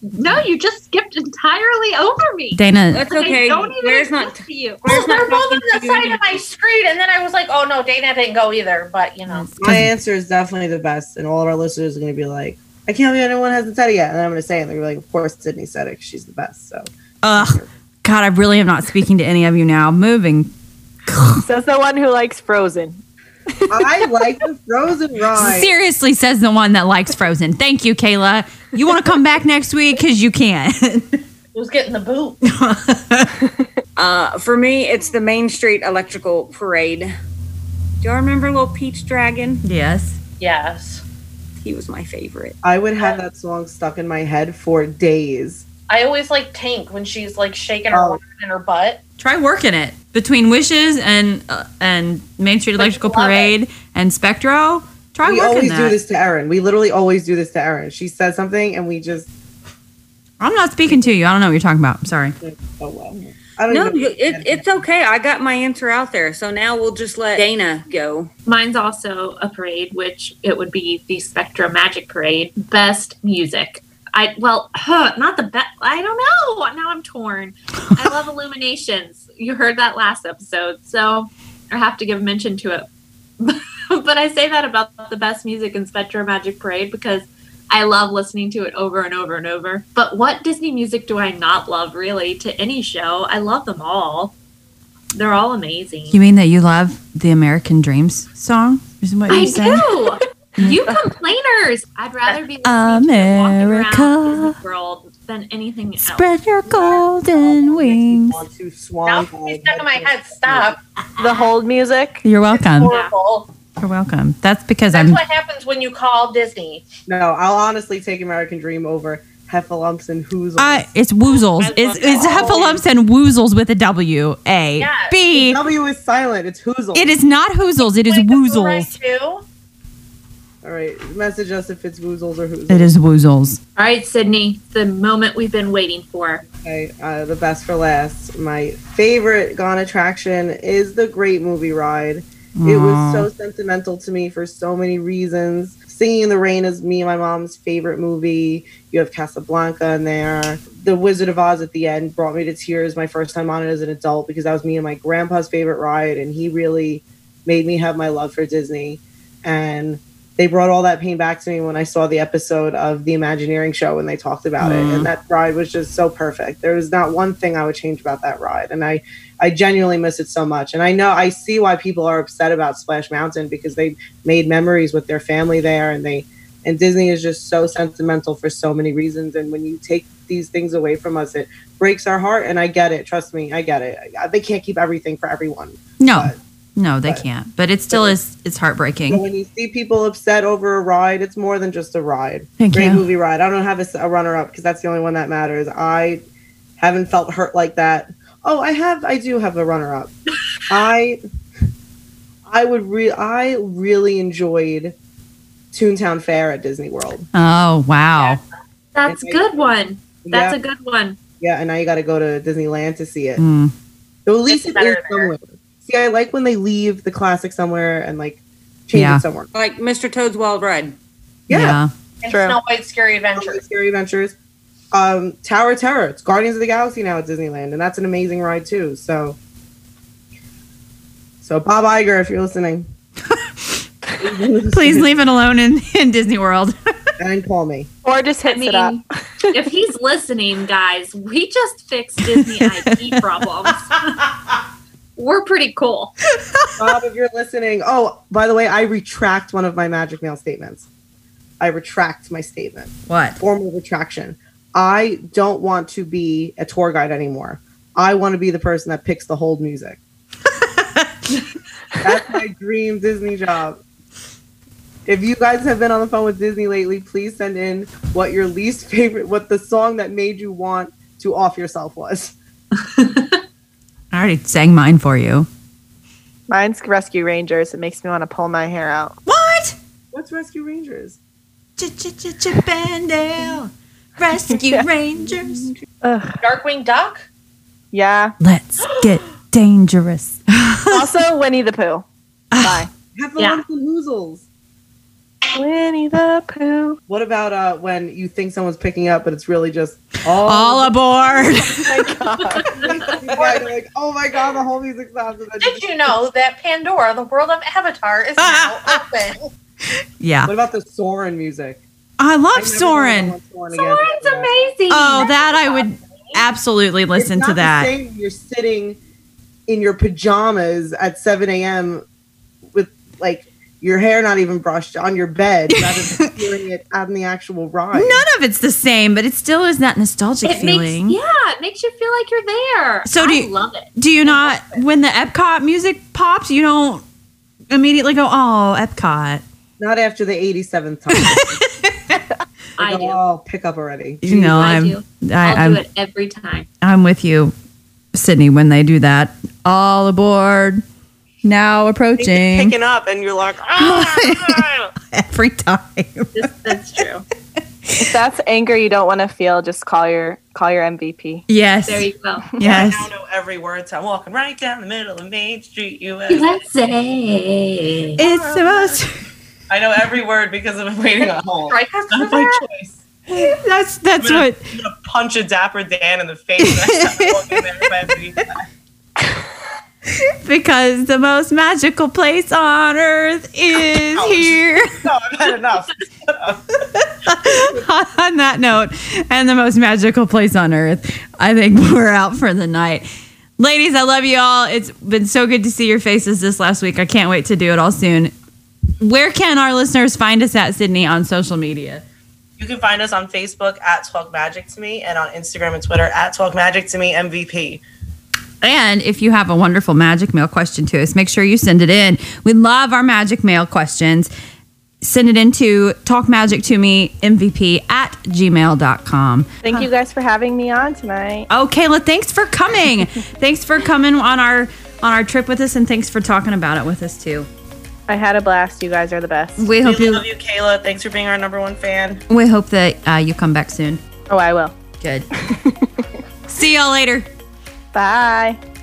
[SPEAKER 4] No, you just skipped entirely over me.
[SPEAKER 5] Dana,
[SPEAKER 7] That's okay.
[SPEAKER 4] I don't even
[SPEAKER 7] Where's not?
[SPEAKER 4] exist to you.
[SPEAKER 6] Well,
[SPEAKER 7] Where's
[SPEAKER 6] they're
[SPEAKER 7] not
[SPEAKER 6] both on
[SPEAKER 7] talking
[SPEAKER 6] the
[SPEAKER 7] to you
[SPEAKER 6] side of my screen, and then I was like, "Oh no, Dana didn't go either." But you know,
[SPEAKER 10] My answer is definitely the best, and all of our listeners are going to be like, I can't believe anyone hasn't said it yet. And I'm going to say it. and They're gonna be like, of course, Sydney said it. 'cause She's the best. So
[SPEAKER 5] ugh, God, I really am not speaking to any of you now. Moving.
[SPEAKER 11] Says the one who likes Frozen.
[SPEAKER 10] I like the frozen ride.
[SPEAKER 5] Seriously, says the one that likes Frozen. Thank you, Kayla. You want to come back next week because you can.
[SPEAKER 6] who's getting the boot?
[SPEAKER 7] Uh, for me, it's the Main Street Electrical Parade. Do y'all remember Little Peach Dragon?
[SPEAKER 5] yes.
[SPEAKER 6] Yes,
[SPEAKER 7] He was my favorite.
[SPEAKER 10] I would have that song stuck in my head for days.
[SPEAKER 6] I always like Tink when she's like shaking her
[SPEAKER 10] Oh.
[SPEAKER 6] arm and her butt.
[SPEAKER 5] Try working it between Wishes and uh, and Main Street
[SPEAKER 6] Like,
[SPEAKER 5] Electrical
[SPEAKER 6] love it.
[SPEAKER 5] Parade and Spectro. Try
[SPEAKER 10] we
[SPEAKER 5] working
[SPEAKER 10] always
[SPEAKER 5] that.
[SPEAKER 10] do this to Erin. We literally always do this to Erin. She says something, and we just
[SPEAKER 5] I'm not speaking to you. I don't know what you're talking about. I'm sorry.
[SPEAKER 10] oh well. I don't
[SPEAKER 7] No,
[SPEAKER 10] even know-
[SPEAKER 7] you- it, it's okay. I got my answer out there. So now we'll just let Dana go.
[SPEAKER 4] Mine's also a parade, which it would be the Spectra Magic Parade. Best music. I well, huh, not the best. I don't know. Now I'm torn. I love Illuminations. You heard that last episode, so I have to give a mention to it. but I say that about the best music in Spectra Magic Parade because I love listening to it over and over and over. But what Disney music do I not love really to any show? I love them all. They're all amazing.
[SPEAKER 5] You mean that you love the American Dreams song? Is what
[SPEAKER 4] I
[SPEAKER 5] you said?
[SPEAKER 4] do. you complainers. I'd rather be listening to walking around
[SPEAKER 5] America.
[SPEAKER 4] Disney World than anything else.
[SPEAKER 5] Spread your golden wings.
[SPEAKER 10] Want to
[SPEAKER 5] Oh,
[SPEAKER 6] Now
[SPEAKER 10] swan
[SPEAKER 6] it's stuck in my head. Stop.
[SPEAKER 11] The hold music.
[SPEAKER 5] You're welcome.
[SPEAKER 6] Horrible.
[SPEAKER 5] You're welcome. That's because
[SPEAKER 6] That's
[SPEAKER 5] I'm.
[SPEAKER 6] what happens when you call Disney.
[SPEAKER 10] No, I'll honestly take American Dream over Heffalumps and Who's.
[SPEAKER 5] Uh, it's woozles.
[SPEAKER 2] I
[SPEAKER 5] It's
[SPEAKER 2] love
[SPEAKER 5] it's
[SPEAKER 2] that.
[SPEAKER 5] heffalumps and woozles with a W A
[SPEAKER 6] Yes.
[SPEAKER 5] B.
[SPEAKER 10] W is silent. It's Whoozle.
[SPEAKER 5] It is not hoozles. It is
[SPEAKER 6] Like the
[SPEAKER 5] woozles.
[SPEAKER 6] fluoride too.
[SPEAKER 10] All right, message us if it's Woozles or Whoozles.
[SPEAKER 5] It is woozles.
[SPEAKER 4] All right, Sydney, the moment we've been waiting for.
[SPEAKER 10] Okay, uh, the best for last. My favorite Gone attraction is the Great Movie Ride. It was so sentimental to me for so many reasons. Singing in the Rain is me and my mom's favorite movie. You have Casablanca in there. The Wizard of Oz at the end brought me to tears my first time on it as an adult because that was me and my grandpa's favorite ride, and he really made me have my love for Disney. And they brought all that pain back to me when I saw the episode of the Imagineering show when they talked about it. And that ride was just so perfect. There was not one thing I would change about that ride. And I, I genuinely miss it so much. And I know I see why people are upset about Splash Mountain because they made memories with their family there and they and Disney is just so sentimental for so many reasons. And when you take these things away from us, it breaks our heart. And I get it. Trust me, I get it. I- They can't keep everything for everyone.
[SPEAKER 5] No, no, they can't. But it still is. It's heartbreaking.
[SPEAKER 10] But when you see people upset over a ride, it's more than just a ride.
[SPEAKER 5] Thank
[SPEAKER 10] Great
[SPEAKER 5] you.
[SPEAKER 10] movie ride. I don't have a, s- a runner up because that's the only one that matters. I haven't felt hurt like that. Oh, I have. I do have a runner up. I I would re- I really enjoyed Toontown Fair at Disney World.
[SPEAKER 5] Oh wow.
[SPEAKER 4] That's a good one. That's a good one.
[SPEAKER 10] Yeah, and now you got to go to Disneyland to see it.
[SPEAKER 5] Mm.
[SPEAKER 10] So at least
[SPEAKER 6] It's
[SPEAKER 10] it is
[SPEAKER 6] better there.
[SPEAKER 10] somewhere. See, I like when they leave the classic somewhere and like change
[SPEAKER 5] Yeah.
[SPEAKER 10] it somewhere.
[SPEAKER 7] Like Mr. Toad's Wild Ride.
[SPEAKER 10] Yeah.
[SPEAKER 6] And
[SPEAKER 11] True.
[SPEAKER 6] Snow White's Scary Adventures.
[SPEAKER 10] Scary Adventures. Um, Tower of Terror. It's Guardians of the Galaxy now at Disneyland, and that's an amazing ride too. So, so Bob Iger, if you're listening,
[SPEAKER 5] Please leave it alone in, in Disney World.
[SPEAKER 10] and call me.
[SPEAKER 11] Or just hits it up.
[SPEAKER 4] if he's listening, guys, we just fixed Disney IT problems. We're pretty cool.
[SPEAKER 10] Bob, if you're listening. Oh, by the way, I retract one of my Magic Mail statements. I retract my statement.
[SPEAKER 5] What?
[SPEAKER 10] Formal retraction. I don't want to be a tour guide anymore. I want to be the person that picks the hold music. That's my dream Disney job. If you guys have been on the phone with Disney lately, please send in what your least favorite, what the song that made you want to off yourself was.
[SPEAKER 5] I already sang mine for you.
[SPEAKER 11] Mine's Rescue Rangers. It makes me want to pull my hair out.
[SPEAKER 5] What?
[SPEAKER 10] What's Rescue Rangers?
[SPEAKER 5] Ch-ch-ch-ch-Bandale. Rescue Rangers.
[SPEAKER 6] Darkwing Duck.
[SPEAKER 11] Yeah.
[SPEAKER 5] Let's get dangerous.
[SPEAKER 11] Also, Winnie the Pooh. Bye.
[SPEAKER 10] Have the
[SPEAKER 4] Yeah.
[SPEAKER 10] lumps and Hoozles.
[SPEAKER 11] Winnie the Pooh.
[SPEAKER 10] What about uh, when you think someone's picking up, but it's really just all,
[SPEAKER 5] All aboard.
[SPEAKER 10] Yeah, you're like, oh my god, the whole music sounds. and then
[SPEAKER 6] Did you know that Pandora, the world of Avatar, is now open?
[SPEAKER 5] yeah.
[SPEAKER 10] What about the Soren music?
[SPEAKER 5] I
[SPEAKER 10] I
[SPEAKER 5] love
[SPEAKER 10] never
[SPEAKER 5] Soren.
[SPEAKER 10] want Soren again.
[SPEAKER 4] Soren's
[SPEAKER 10] Yeah.
[SPEAKER 4] amazing.
[SPEAKER 5] Oh, that I would absolutely
[SPEAKER 10] It's
[SPEAKER 5] listen
[SPEAKER 10] not
[SPEAKER 5] to
[SPEAKER 10] the
[SPEAKER 5] that.
[SPEAKER 10] same when you're sitting in your pajamas at 7 a.m. with like your hair not even brushed on your bed, rather than hearing it on the actual ride.
[SPEAKER 5] None of it's the same, but it still is that nostalgic
[SPEAKER 4] it
[SPEAKER 5] feeling.
[SPEAKER 4] makes yeah, it makes you feel like you're there.
[SPEAKER 5] So do
[SPEAKER 4] I
[SPEAKER 5] you-
[SPEAKER 4] love it.
[SPEAKER 5] Do you not when the Epcot music pops, you don't immediately go, "Oh, Epcot."
[SPEAKER 10] Not after the 87th time.
[SPEAKER 4] I do.
[SPEAKER 10] Oh, pick up already.
[SPEAKER 5] You know,
[SPEAKER 4] Mm-hmm. I
[SPEAKER 5] I'm
[SPEAKER 4] do.
[SPEAKER 5] I,
[SPEAKER 4] I'll
[SPEAKER 5] I'm
[SPEAKER 4] do it every time.
[SPEAKER 5] I'm with you, Sydney. When they do that, all aboard. Now approaching
[SPEAKER 10] Picking up, and you're like, "Ah,
[SPEAKER 5] every time.
[SPEAKER 4] This, that's true.
[SPEAKER 11] If that's anger you don't want to feel, just call your call your MVP.
[SPEAKER 5] Yes.
[SPEAKER 4] There you go.
[SPEAKER 5] yes.
[SPEAKER 8] I now know every word. So I'm walking right down the middle of Main Street, U.S.
[SPEAKER 4] Let's say
[SPEAKER 5] It's the most.
[SPEAKER 8] I know every word because I've been waiting on hold.
[SPEAKER 6] Right, that's
[SPEAKER 8] That's my choice.
[SPEAKER 5] That's that's
[SPEAKER 8] I'm gonna-
[SPEAKER 5] what.
[SPEAKER 8] I'm gonna punch a dapper Dan in the face. next time I walk in there if I have to be-
[SPEAKER 5] Because the most magical place on earth is here.
[SPEAKER 8] no, I've had enough.
[SPEAKER 5] on that note, and the most magical place on earth, I think we're out for the night. Ladies, I love you all. It's been so good to see your faces this last week. I can't wait to do it all soon. Where can our listeners find us at Sydney on social media?
[SPEAKER 2] You can find us on Facebook at Talk Magic to Me and on Instagram and Twitter at Talk Magic to Me MVP.
[SPEAKER 5] And if you have a wonderful magic mail question to us, make sure you send it in. We love our magic mail questions. Send it in to talkmagictome MVP at gmail.com.
[SPEAKER 3] Thank you guys for having me on tonight.
[SPEAKER 5] Oh, Kayla, thanks for coming. thanks for coming on our on our trip with us and thanks for talking about it with us too.
[SPEAKER 3] I had a blast. You guys are the best.
[SPEAKER 5] We hope
[SPEAKER 2] We
[SPEAKER 5] you
[SPEAKER 2] love you, Kayla. Thanks for being our number one fan.
[SPEAKER 5] we hope that uh, you come back soon.
[SPEAKER 3] Oh, I will.
[SPEAKER 5] Good. See y'all later.
[SPEAKER 3] Bye.